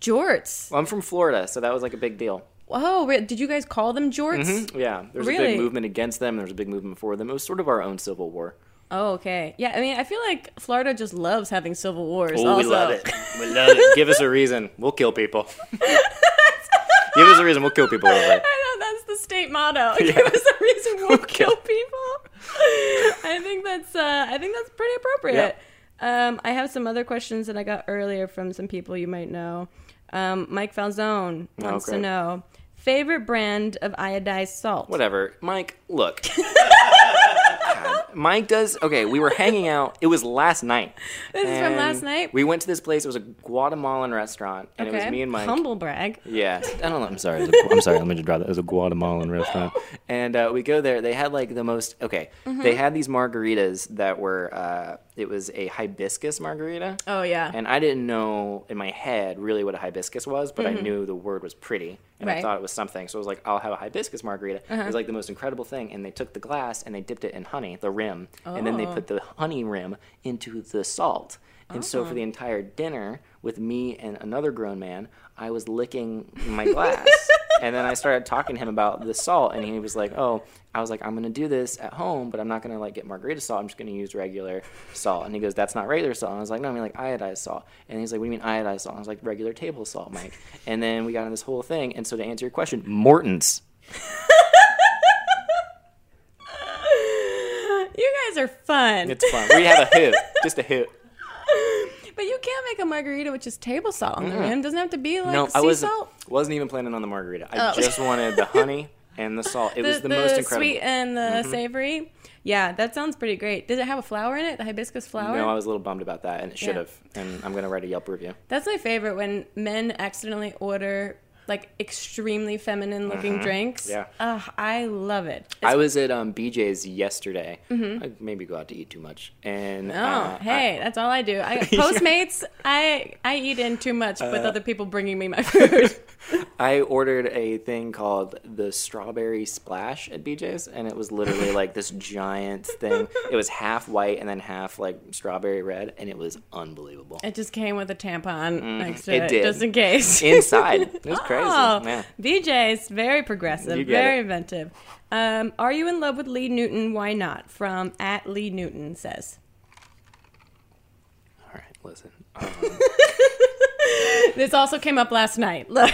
A: Jorts.
B: Well, I'm from Florida, so that was like a big deal.
A: Whoa, re- did you guys call them jorts?
B: Yeah, there's a
A: Really?
B: big movement against them. There was a big movement for them. It was sort of our own civil war.
A: Oh, okay. Yeah, I mean, I feel like Florida just loves having civil wars.
B: Oh, we
A: also.
B: love it. We love it. Give us a reason. We'll kill people. Give us a reason. We'll kill people over it.
A: I know that's the state motto. Give us a reason we'll kill people. I think that's uh, I think that's pretty appropriate. Um, I have some other questions that I got earlier from some people you might know. Um, Mike Falzone wants to
B: Oh, great.
A: know favorite brand of iodized salt.
B: Whatever. Mike, look. God, Mike does. Okay, we were hanging out. It was last night.
A: This is from
B: And
A: last night.
B: We went to this place. It was a Guatemalan restaurant, and it was me and Mike.
A: Humble brag.
B: Yeah, I don't know. I'm sorry. It was a- I'm sorry. Let me just drop that. It was a Guatemalan restaurant, and uh, we go there. They had like the most. Okay,
A: Mm-hmm.
B: they had these margaritas that were. Uh, it was a hibiscus margarita,
A: Oh yeah.
B: and I didn't know in my head really what a hibiscus was, but I knew the word was pretty, and
A: Mm-hmm. Right. Uh-huh.
B: I thought it was something. So I was like, I'll have a hibiscus margarita. It was like the most incredible thing. And they took the glass and they dipped it in honey, the rim, and then they
A: Oh.
B: put the honey rim into the salt. And so
A: Oh.
B: for the entire dinner with me and another grown man, I was licking my glass. and then I started talking to him about the salt and he was like, "Oh, I was like, I'm going to do this at home, but I'm not going to like get margarita salt. I'm just going to use regular salt." And he goes, "That's not regular salt." And I was like, "No, I mean like iodized salt." And he's like, "What do you mean iodized salt?" And I was like, "Regular table salt, Mike." And then we got into this whole thing. And so to answer your question, Morton's.
A: You guys are fun.
B: It's fun. We had a hoot, just a hoot.
A: but you can't make a margarita with just table salt on the rim. Doesn't have to be like
B: No,
A: sea
B: I wasn't
A: salt.
B: wasn't even planning on the margarita. I
A: Oh.
B: just wanted the honey and the salt. It was the, most incredible. Mm-hmm.
A: sweet and the savory. Yeah, that sounds pretty great. Does it have a flower in it? The hibiscus flower?
B: No, I was a little bummed about that, and it should
A: Yeah.
B: have. And I'm gonna write a Yelp review.
A: That's my favorite when men accidentally order like extremely feminine looking drinks.
B: Mm-hmm. Yeah.
A: Ugh, I love it. It's-
B: I was at um, BJ's yesterday. I maybe go out to eat too much, and
A: Mm-hmm.
B: uh,
A: oh, hey, that's all I do. I Postmates, I I eat in too much with
B: Uh,
A: other people bringing me my food.
B: I ordered a thing called the strawberry splash at BJ's, and it was literally like this giant thing. It was half white and then half like strawberry red, and it was unbelievable.
A: it just came with a tampon next to
B: mm, it
A: it,
B: did.
A: just in case.
B: Inside, it was crazy.
A: Oh,
B: Yeah.
A: BJ's very progressive,
B: You get
A: very
B: it.
A: inventive. Um, are you in love with Lee Newton? Why not? From at Lee Newton says.
B: All right, listen. Um,
A: This also came up last night. Look,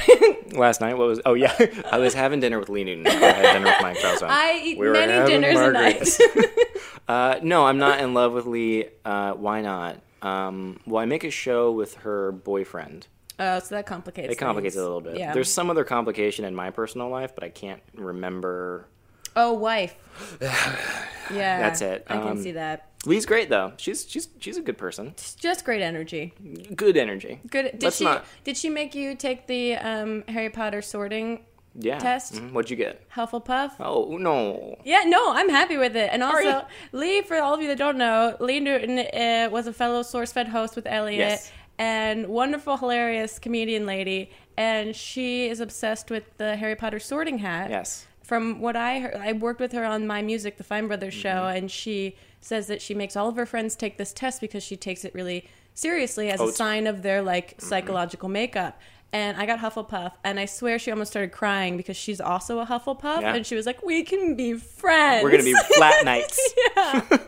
B: last night, what was? Oh yeah, I was having dinner with Lee Newton. I had dinner with Mike Troutman.
A: I eat
B: We were
A: many
B: having
A: dinners a night.
B: margaritas. uh, no, I'm not in love with Lee. Uh, why not? Um, well, I make a show with her boyfriend.
A: Oh, so that complicates.
B: It complicates it
A: things.
B: a little bit.
A: Yeah.
B: There's some other complication in my personal life, but I can't remember.
A: oh, wife. yeah,
B: That's it.
A: I can
B: Um,
A: see that.
B: Lee's great though. She's she's she's a good person.
A: It's just great energy.
B: Good energy.
A: Good. Did
B: Let's
A: she?
B: not-
A: Did she make you take the um, Harry Potter sorting
B: Yeah.
A: test?
B: Mhm. What'd you get?
A: Hufflepuff?
B: Oh no.
A: Yeah, no, I'm happy with it. And also,
B: Alright.
A: Lee, for all of you that don't know, Lee Newton uh, was a fellow SourceFed host with Elliot
B: Yes.
A: and wonderful, hilarious comedian lady. And she is obsessed with the Harry Potter sorting hat.
B: Yes.
A: From what I heard, I worked with her on My Music, the Fine Brothers show,
B: Mm-hmm.
A: and she says that she makes all of her friends take this test because she takes it really seriously as
B: Oh,
A: a
B: it's- Mm-hmm.
A: sign of their like psychological makeup. And I got Hufflepuff, and I swear she almost started crying because she's also a Hufflepuff,
B: Yeah.
A: and she was like, "We can be friends.
B: We're gonna be Uh, flat nights.
A: yeah.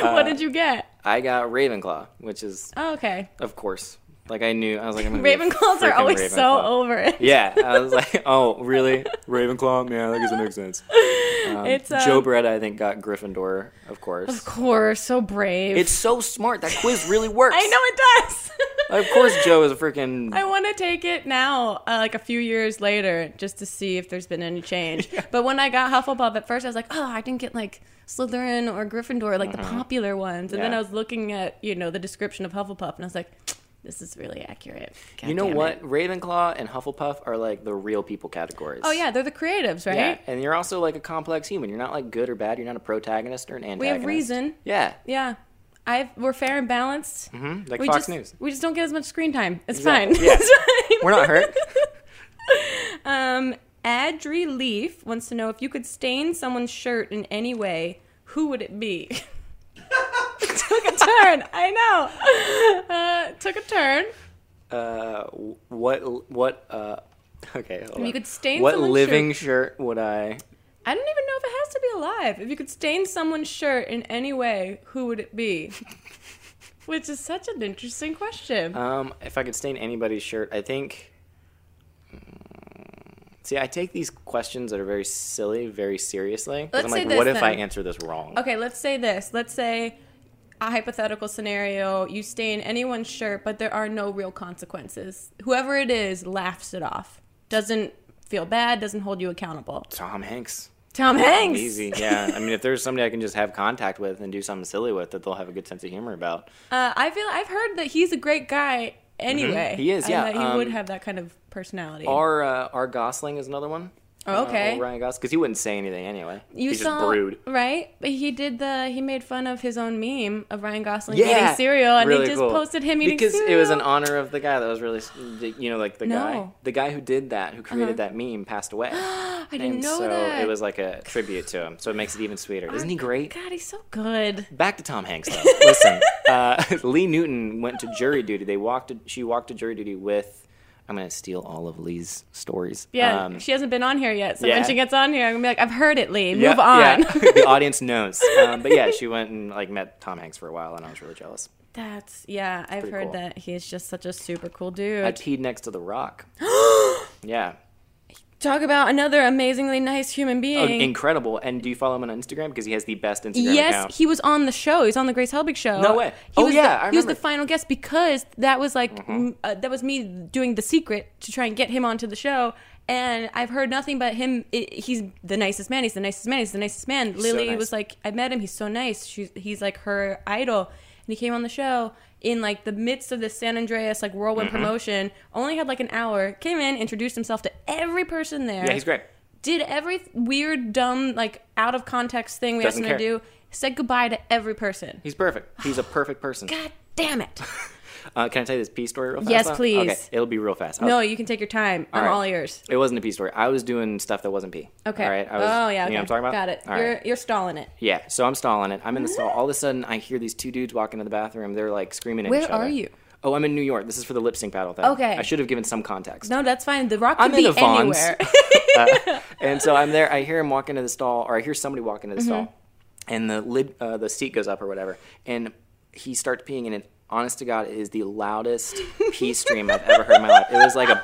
A: what did you get?
B: I got Ravenclaw, which is
A: Oh, okay.
B: of course. Like I knew. I was like, I'm gonna be a
A: Ravenclaws are
B: freaking
A: always so
B: Ravenclaw.
A: over it.
B: Yeah, I was like, oh, really? Ravenclaw? Yeah, that doesn't make sense. Um,
A: It's, um,
B: Joe Beretta, I think, got Gryffindor, of course.
A: Of course, so brave.
B: It's so smart. That quiz really works.
A: I know it does.
B: Of course, Joe is a freaking.
A: I want to take it now, uh, like a few years later, just to see if there's been any change. But when I got Hufflepuff at first, I was like, oh, I didn't get like Slytherin or Gryffindor, like the popular ones. And then
B: Uh-huh. Yeah.
A: I was looking at, you know, the description of Hufflepuff, and I was like, this is really accurate. God
B: You know
A: damn it.
B: what? Ravenclaw and Hufflepuff are like the real people categories.
A: Oh, yeah, they're the creatives, right?
B: Yeah, and you're also like a complex human. You're not like good or bad. You're not a protagonist or an antagonist.
A: We have reason.
B: Yeah,
A: Yeah. I've, we're fair and balanced. Mm-hmm.
B: like
A: we
B: Fox
A: just,
B: News.
A: We just don't get as much screen time. It's
B: Exactly.
A: fine.
B: Yeah.
A: It's fine.
B: We're not hurt.
A: Um, Adri Leaf wants to know if you could stain someone's shirt in any way, who would it be? took a turn. I know. Uh, took a turn.
B: uh, what? What? Uh, okay. hold
A: You
B: on.
A: could stain
B: What
A: someone's
B: living shirt would I?
A: I don't even know if it has to be alive. If you could stain someone's shirt in any way, who would it be? Which is such an interesting question.
B: Um, if I could stain anybody's shirt, I think. mm, See, I take these questions that are very silly very seriously. 'cause
A: Let's
B: I'm
A: say
B: like,
A: this
B: what if I
A: then.
B: answer this wrong?
A: Okay, let's say this. Let's say a hypothetical scenario you stain anyone's shirt, but there are no real consequences. Whoever it is laughs it off, doesn't feel bad, doesn't hold you accountable.
B: Tom Hanks.
A: Tom Hanks!
B: Easy, yeah. I mean, if there's somebody I can just have contact with and do something silly with that they'll have a good sense of humor about.
A: Uh, I feel I've heard that he's a great guy anyway.
B: Mm-hmm. He is,
A: and
B: yeah,
A: that he
B: um,
A: would have that kind of personality.
B: Our uh, our Gosling is another one.
A: Oh,
B: Uh,
A: okay.
B: Ryan Gosling, because he wouldn't say anything anyway.
A: You
B: He's
A: saw
B: just brood.
A: right, but he did the he made fun of his own meme of Ryan Gosling
B: Yeah,
A: eating cereal, and
B: really
A: he just
B: cool.
A: posted him eating
B: because
A: cereal
B: it was in honor of the guy that was really, you know, like the guy,
A: No. Uh-huh.
B: the guy who did that, who created that meme, passed away.
A: I didn't
B: and
A: know
B: so
A: that.
B: it was like a tribute to him. So it makes it even sweeter. Isn't he great?
A: God, he's so good.
B: Back to Tom Hanks though. Listen, uh, Lee Newton went to jury duty. They walked. To, she walked to jury duty with. I'm gonna steal all of Lee's stories.
A: Yeah,
B: Um,
A: she hasn't been on here yet. So
B: yeah.
A: when she gets on here, I'm gonna be like, I've heard it, Lee. Move
B: yeah, yeah.
A: on.
B: the audience knows. Um, but yeah, she went and like met Tom Hanks for a while, and I was really jealous.
A: That's yeah. I've
B: pretty
A: heard
B: cool.
A: that he is just such a super cool dude.
B: I peed next to The Rock. yeah.
A: Talk about another amazingly nice human
B: Oh,
A: being.
B: incredible. And do you follow him on Instagram? Because he has the best Instagram
A: yes,
B: account.
A: he was on the show. He was on the Grace Helbig show.
B: No way.
A: He
B: Oh,
A: was
B: yeah,
A: the,
B: I
A: he was the
B: remember. Mm-hmm.
A: final guest because that was like m uh, that was me doing the secret to try and get him onto the show. And I've heard nothing but him. i he's the nicest man. He's the nicest man. He's the nicest man.
B: so
A: Lily
B: nice.
A: was like, I met him. He's so nice. She's he's like her idol. And he came on the show in like the midst of this San Andreas like whirlwind
B: Mm-hmm.
A: promotion. Only had like an hour. Came in, introduced himself to every person there
B: yeah, he's great.
A: did every weird, dumb, like out of context thing we
B: Doesn't
A: asked
B: care.
A: him to do. Said goodbye to every person.
B: He's perfect. He's a perfect person.
A: God damn it!
B: Uh, can I tell you this pee story real fast?
A: Yes,
B: though?
A: please.
B: Okay, it'll be real fast. I
A: No,
B: was-
A: you can take your time.
B: all
A: I'm
B: right.
A: all ears.
B: It wasn't a pee story. I was doing stuff that wasn't pee.
A: Okay.
B: All right. I was,
A: oh yeah.
B: You know what I'm
A: okay.
B: talking about?
A: Got it.
B: All right.
A: you're you're stalling it.
B: Yeah. So I'm stalling it. I'm in the stall. All of a sudden, I hear these two dudes walk into the bathroom. They're like screaming at
A: Where
B: each other.
A: are you?
B: Oh, I'm in New York. This is for the lip sync battle thing.
A: Okay.
B: I should have given some context.
A: No, that's fine. The rock could
B: I'm in
A: be
B: the Vons.
A: anywhere.
B: And so I'm there. I hear him walk into the stall, or I hear somebody walk into the stall,
A: Mm-hmm.
B: and the lid, uh, the seat goes up or whatever, and he starts peeing, and it, honest to God, it is the loudest pee stream I've ever heard in my life. It was like a.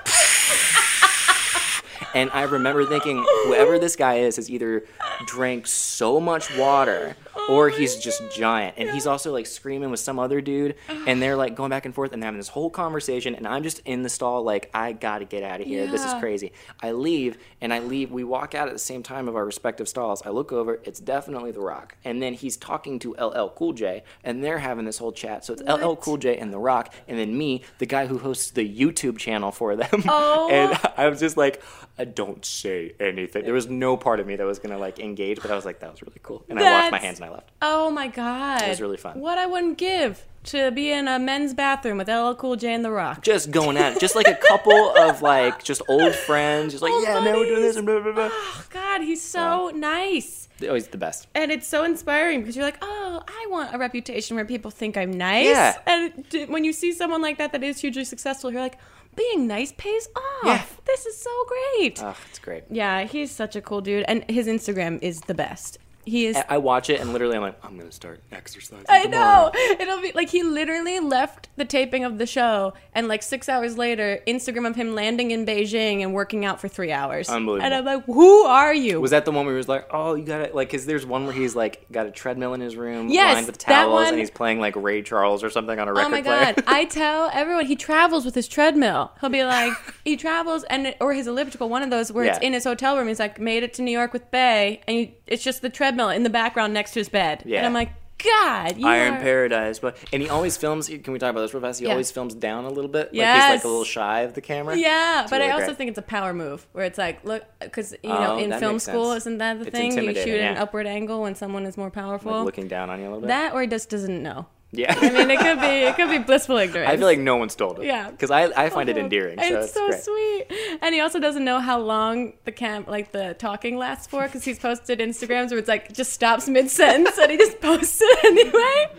B: And I remember thinking, whoever this guy is has either drank so much water
A: Oh
B: or he's just giant. And he's also like screaming with some other dude, and they're like going back and forth and having this whole conversation. And I'm just in the stall, like, I gotta get out of here. This is
A: Yeah.
B: crazy. I leave, and I leave. We walk out at the same time of our respective stalls. I look over, it's definitely The Rock. And then he's talking to LL Cool J, and they're having this whole chat. So it's LL
A: What?
B: Cool J and The Rock, and then me, the guy who hosts the YouTube channel for them.
A: Oh.
B: and I was just like, I don't say anything. There was no part of me that was gonna like engage, but I was like, that was really cool. And I washed my
A: That's-
B: hands and I left.
A: Oh my god. It
B: was really fun.
A: What I wouldn't give to be in a men's bathroom with LL Cool J and The Rock.
B: Just going at it, just like a couple of like just old friends, just like
A: Old
B: yeah, man, we're doing
A: buddies.
B: this and blah blah blah.
A: Oh god, he's so nice.
B: They're Always the best.
A: And it's so inspiring because you're like, "Oh, I want a reputation where people think I'm nice."
B: Yeah.
A: And d- when you see someone like that that is hugely successful, you're like, "Being nice pays off.
B: Yeah.
A: This is so great."
B: Oh, it's great.
A: yeah, he's such a cool dude and his Instagram is the best. He is
B: I- I watch it and literally I'm like, I'm gonna start exercising.
A: I
B: tomorrow.
A: know. It'll be like he literally left the taping of the show, and like six hours later, Instagram of him landing in Beijing and working out for three hours.
B: Unbelievable.
A: And I'm like, who are you?
B: Was that the one where he was like, "Oh, you gotta like"? Because there's one where he's like got a treadmill in his room,
A: Yes,
B: lined with
A: that
B: towels,
A: one-
B: and he's playing like Ray Charles or something on a record
A: Oh my
B: player.
A: god! I tell everyone he travels with his treadmill. He'll be like, he travels and or his elliptical, one of those where it's
B: Yeah.
A: in his hotel room. He's like, made it to New York with Bay, and you, it's just the treadmill in the background next to his bed.
B: Yeah.
A: And I'm like, God, you
B: Iron
A: are-
B: Paradise, but and he always films. Can we talk about this real fast? He
A: Yeah.
B: always films down a little bit. Like he's
A: Yes.
B: like a little shy of the camera.
A: Yeah, but
B: really
A: I also
B: great.
A: think it's a power move where it's like, look, because you know,
B: Oh,
A: in
B: that
A: film
B: makes
A: school,
B: sense.
A: isn't that the
B: It's
A: thing? You
B: intimidating,
A: shoot at an
B: yeah.
A: upward angle when someone is more powerful.
B: Like looking down on you a little bit.
A: that, or he just doesn't know.
B: yeah.
A: I mean, it could be, it could be blissful ignorance.
B: I feel like no one's told it.
A: Yeah. Uh-huh.
B: Because I, I find it endearing. So
A: It's,
B: it's
A: so
B: great.
A: sweet, and he also doesn't know how long the cam, like the talking lasts for, because he's posted Instagrams where it's like just stops mid sentence, and he just posts it anyway.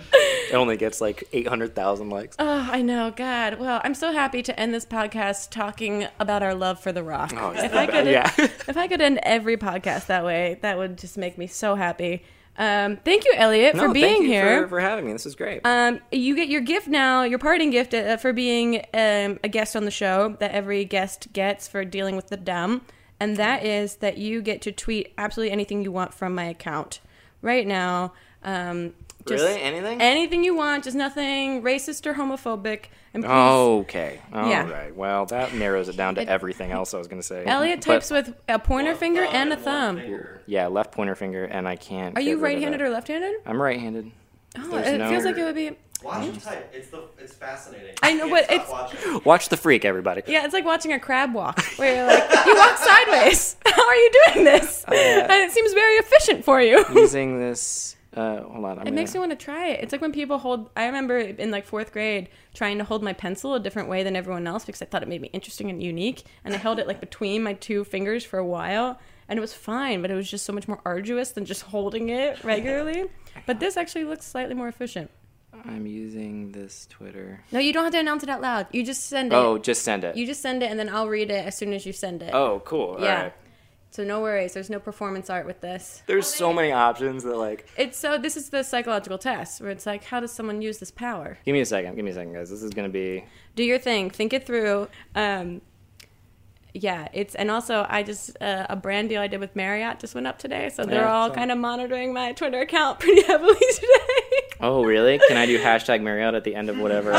B: It only gets like 800,000 likes.
A: Oh, I know. God. Well, I'm so happy to end this podcast talking about our love for The Rock.
B: Oh, it's
A: if
B: the
A: I could,
B: best. Yeah.
A: if I could end every podcast that way, that would just make me so happy. Um, thank you, Elliot,
B: No,
A: for being
B: thank you
A: here.
B: For, for having me. This is great.
A: Um, you get your gift now, your parting gift uh, for being um, a guest on the show that every guest gets for dealing with the dumb. And that is that you get to tweet absolutely anything you want from my account right now. Um, just
B: really? Anything?
A: Anything you want, just nothing racist or homophobic. And please,
B: Oh, Okay. All right.
A: Yeah.
B: Well, that narrows it down to everything else I was going to say.
A: Elliot
B: But-
A: types with a
B: Oh,
A: pointer finger and a thumb.
B: Yeah, left pointer finger, and I can't.
A: Are you right-handed or left-handed?
B: I'm right handed.
A: Oh, it feels like it would be.
D: Watch him type. It's the it's fascinating.
A: I know,
D: You
A: but
D: can't
A: it's-
D: stop watching.
B: Watch the freak, everybody.
A: Yeah, it's like watching a crab walk, where you're like, you walk sideways. How are you doing this? and it seems very efficient for you.
B: Using this. Uh, hold on. I'm
A: It
B: gonna-
A: makes me want to try it. It's like when people hold. I remember in like fourth grade trying to hold my pencil a different way than everyone else because I thought it made me interesting and unique. And I held it like between my two fingers for a while, and it was fine. But it was just so much more arduous than just holding it regularly. But this actually looks slightly more efficient.
B: I'm using this Twitter.
A: No, you don't have to announce it out loud. You just send it.
B: Oh, just send it.
A: You just send it, and then I'll read it as soon as you send it.
B: oh, cool. All
A: yeah.
B: right.
A: So no worries. There's no performance art with this.
B: There's so many options that like.
A: It's so this is the psychological test where it's like, how does someone use this power?
B: Give me a second. Give me a second, guys. This is gonna be.
A: do your thing think it through um yeah it's and also i just uh, a brand deal i did with marriott just went up today so they're
B: Yeah,
A: all
B: so-
A: kind of monitoring my twitter account pretty heavily today
B: Oh, really? Can I do hashtag Marriott at the end of whatever? I-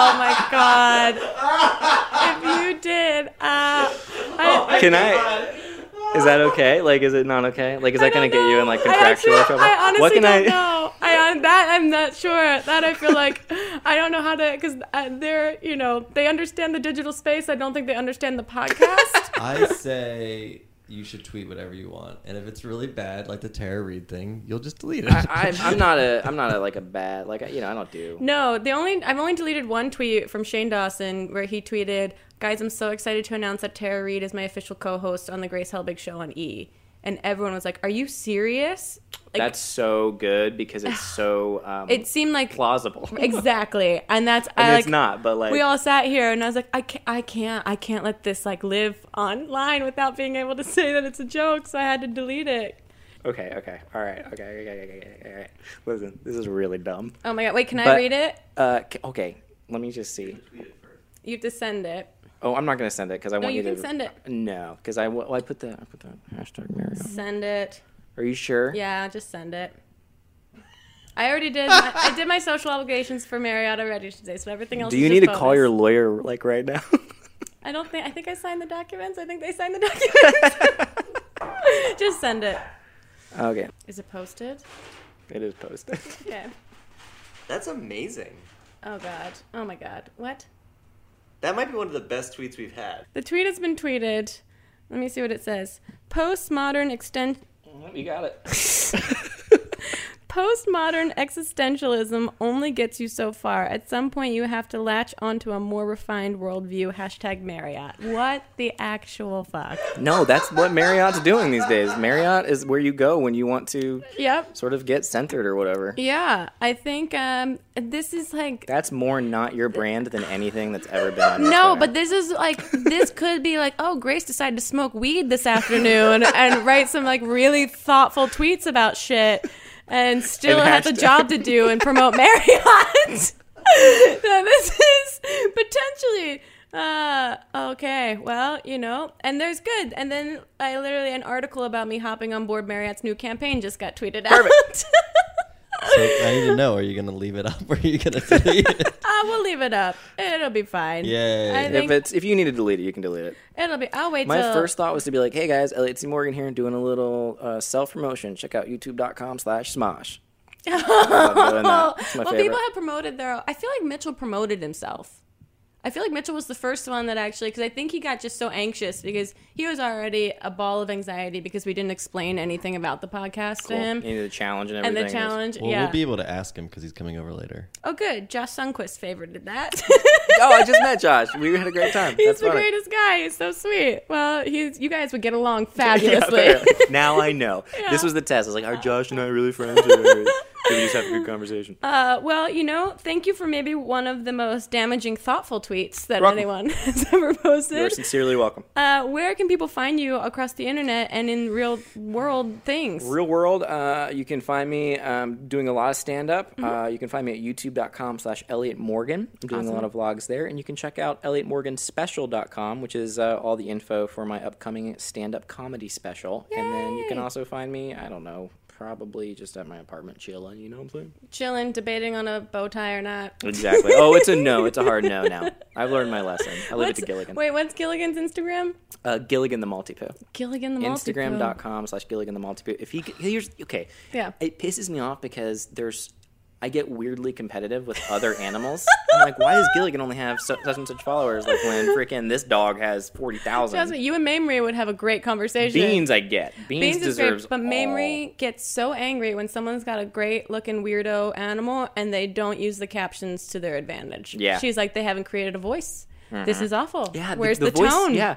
A: oh my god if you did uh
E: Oh
A: I,
B: Can I? Is that okay? Like, is it not okay? Like, is that gonna
A: don't
B: get you in like
A: know. I
B: contractual
A: actually-
B: trouble?
A: I honestly
B: what can
A: don't
B: I?
A: know. I on that I'm not sure. That I feel like I don't know how to because they're you know they understand the digital space. I don't think they understand the podcast.
D: I say you should tweet whatever you want, and if it's really bad, like the Tara Reid thing, you'll just delete it.
B: I, I'm not a. I'm not a like a bad. Like you know, I don't do.
A: No, the only I've only deleted one tweet from Shane Dawson where he tweeted, "Guys, I'm so excited to announce that Tara Reid is my official co-host on the Grace Helbig show on E." And everyone was like, "Are you serious?" Like
B: That's so good because it's so. Um,
A: it seemed like
B: plausible.
A: exactly, and that's
B: I
A: I
B: mean,
A: like
B: it's not, but like
A: we all sat here and I was like, I can't, I can't, I can't let this like live online without being able to say that it's a joke, so I had to delete it.
B: Okay, okay, all right, okay, okay, okay, okay, okay, all right. Listen, this is really dumb.
A: Oh my god! Wait, can I
B: But-
A: read it?
B: Uh, c- okay, let me just see.
A: You have to send it.
B: Oh, I'm not gonna send it because I want
A: you
B: you,
A: can
B: to
A: send it.
B: No, because I, well, I put the I put the hashtag Mario.
A: Send it.
B: Are you sure?
A: Yeah, just send it. I already did. My, I did my social obligations for Marriott already today, so everything else.
B: Do
A: is
B: you
A: just
B: need to
A: bonus.
B: call your lawyer like right now?
A: I don't think. I think I signed the documents. I think they signed the documents. just send it.
B: okay,
A: Is it posted?
B: it is posted.
A: Okay.
E: That's amazing.
A: Oh god. Oh my god. What?
E: That might be one of the best tweets we've had.
A: The tweet has been tweeted. Let me see what it says. Postmodern extent.
B: you got it.
A: Postmodern existentialism only gets you so far. At some point, you have to latch onto a more refined worldview. Hashtag Marriott. What the actual fuck?
B: No, that's what Marriott's doing these days. Marriott is where you go when you want to
A: Yep.
B: sort of get centered or whatever.
A: Yeah. I think um, this is like.
B: That's more not your brand than anything that's ever been on.
A: No,
B: Twitter.
A: but this is like this could be like, oh, Grace decided to smoke weed this afternoon and write some like really thoughtful tweets about shit, and still
B: And
A: has a
B: hashtag.
A: job to do and promote Marriott. no, this is potentially uh okay well you know and there's good and then i literally an article about me hopping on board marriott's new campaign just got tweeted out
D: So I need to know: Are you gonna leave it up or are you gonna delete it?
A: uh, we'll leave it up it'll be fine
D: Yay.
A: i
D: If
A: think
B: if it's if you need to delete it, you can delete it.
A: it'll be i'll wait
B: My
A: till
B: first thought was to be like, "Hey guys, Elliot C. Morgan here, doing a little uh, self promotion. Check out YouTube.com/slash/smosh." Love doing that. It's my
A: well,
B: favorite.
A: people have promoted their. I feel like Mitchell promoted himself. I feel like Mitchell was the first one that actually, because I think he got just so anxious because he was already a ball of anxiety because we didn't explain anything about the podcast
B: Cool.
A: to him
B: You need the challenge and
A: and
B: everything.
A: the challenge.
D: Well,
A: yeah.
D: we'll be able to ask him because he's coming over later.
A: oh, good. Josh Sunquist favorited that.
B: oh, I just met Josh. We had a great time.
A: He's
B: That's
A: the
B: funny.
A: greatest guy. He's so sweet. Well, he's you guys would get along fabulously.
B: Apparently. now I know. This was the test. I was like, "Are Josh and I really friends?" Or did we just have a good conversation?
A: Uh, well, you know, thank you for maybe one of the most damaging, thoughtful tweets that
B: Welcome.
A: anyone has ever posted.
B: You're sincerely welcome.
A: Uh, where can people find you across the internet and in real world things?
B: Real world, uh, you can find me um, doing a lot of stand up.
A: Mm-hmm.
B: Uh, you can find me at youtube.com slash Elliot Morgan. I'm doing a lot of vlogs there. And you can check out ElliotMorganSpecial.com, which is uh, all the info for my upcoming stand up comedy special. And then you can
A: Yay.
B: also find me, I don't know, probably just at my apartment chilling, you know what I'm saying?
A: Chilling, debating on a bow tie or not.
B: Exactly. oh, it's a no. It's a hard no now. I've learned my lesson. I leave it
A: What's-
B: to Gilligan.
A: Wait, what's Gilligan's Instagram?
B: Uh, Gilligan the Multipoo.
A: Gilligan the Multipoo.
B: Instagram.com slash Gilligan the Multipoo. If he here's okay,
A: Yeah.
B: it pisses me off because there's I get weirdly competitive with other animals. I'm like, why does Gilligan only have so, such and such followers? Like when freaking this dog has forty
A: That's what
B: thousand.
A: you and Mamrie would have a great conversation.
B: Beans, I get. Beans,
A: Beans is
B: deserves.
A: great, but
B: all.
A: Mamrie gets so angry when someone's got a great looking weirdo animal and they don't use the captions to their advantage.
B: Yeah. Mm-hmm.
A: She's like, they haven't created a voice. This is awful.
B: Yeah,
A: Where's the,
B: voice-
A: tone?
B: Yeah,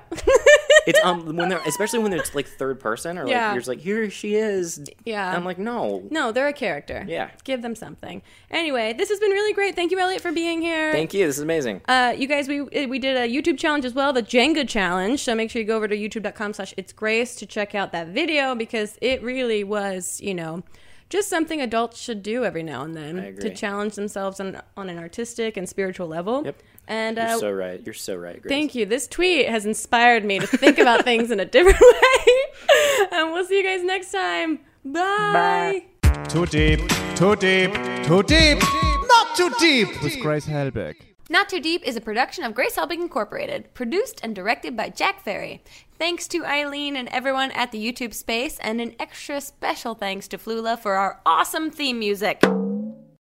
B: it's um when they're especially when it's like third person or like
A: Yeah.
B: you're just like here she is.
A: Yeah.
B: I'm like no.
A: No, they're a character.
B: Yeah.
A: Give them something. Anyway, this has been really great. Thank you, Elliot, for being here.
B: Thank you. This is amazing.
A: Uh, you guys, we uh, we did a YouTube challenge as well, the Jenga challenge. So make sure you go over to youtube.com slash it's grace to check out that video because it really was, you know, just something adults should do every now and then
B: agree.
A: to challenge themselves on, on an artistic and spiritual level.
B: Yep.
A: And
B: You're
A: uh,
B: so right. You're so right. Grace.
A: thank you. This tweet has inspired me to think about things in a different way. and we'll see you guys next time. Bye.
F: Too deep, too deep, too deep, not too deep with Grace Helbig.
G: Not Too Deep is a production of Grace Helbig Incorporated, produced and directed by Jack Ferry. Thanks to Eileen and everyone at the YouTube space, and an extra special thanks to Flula for our awesome theme music.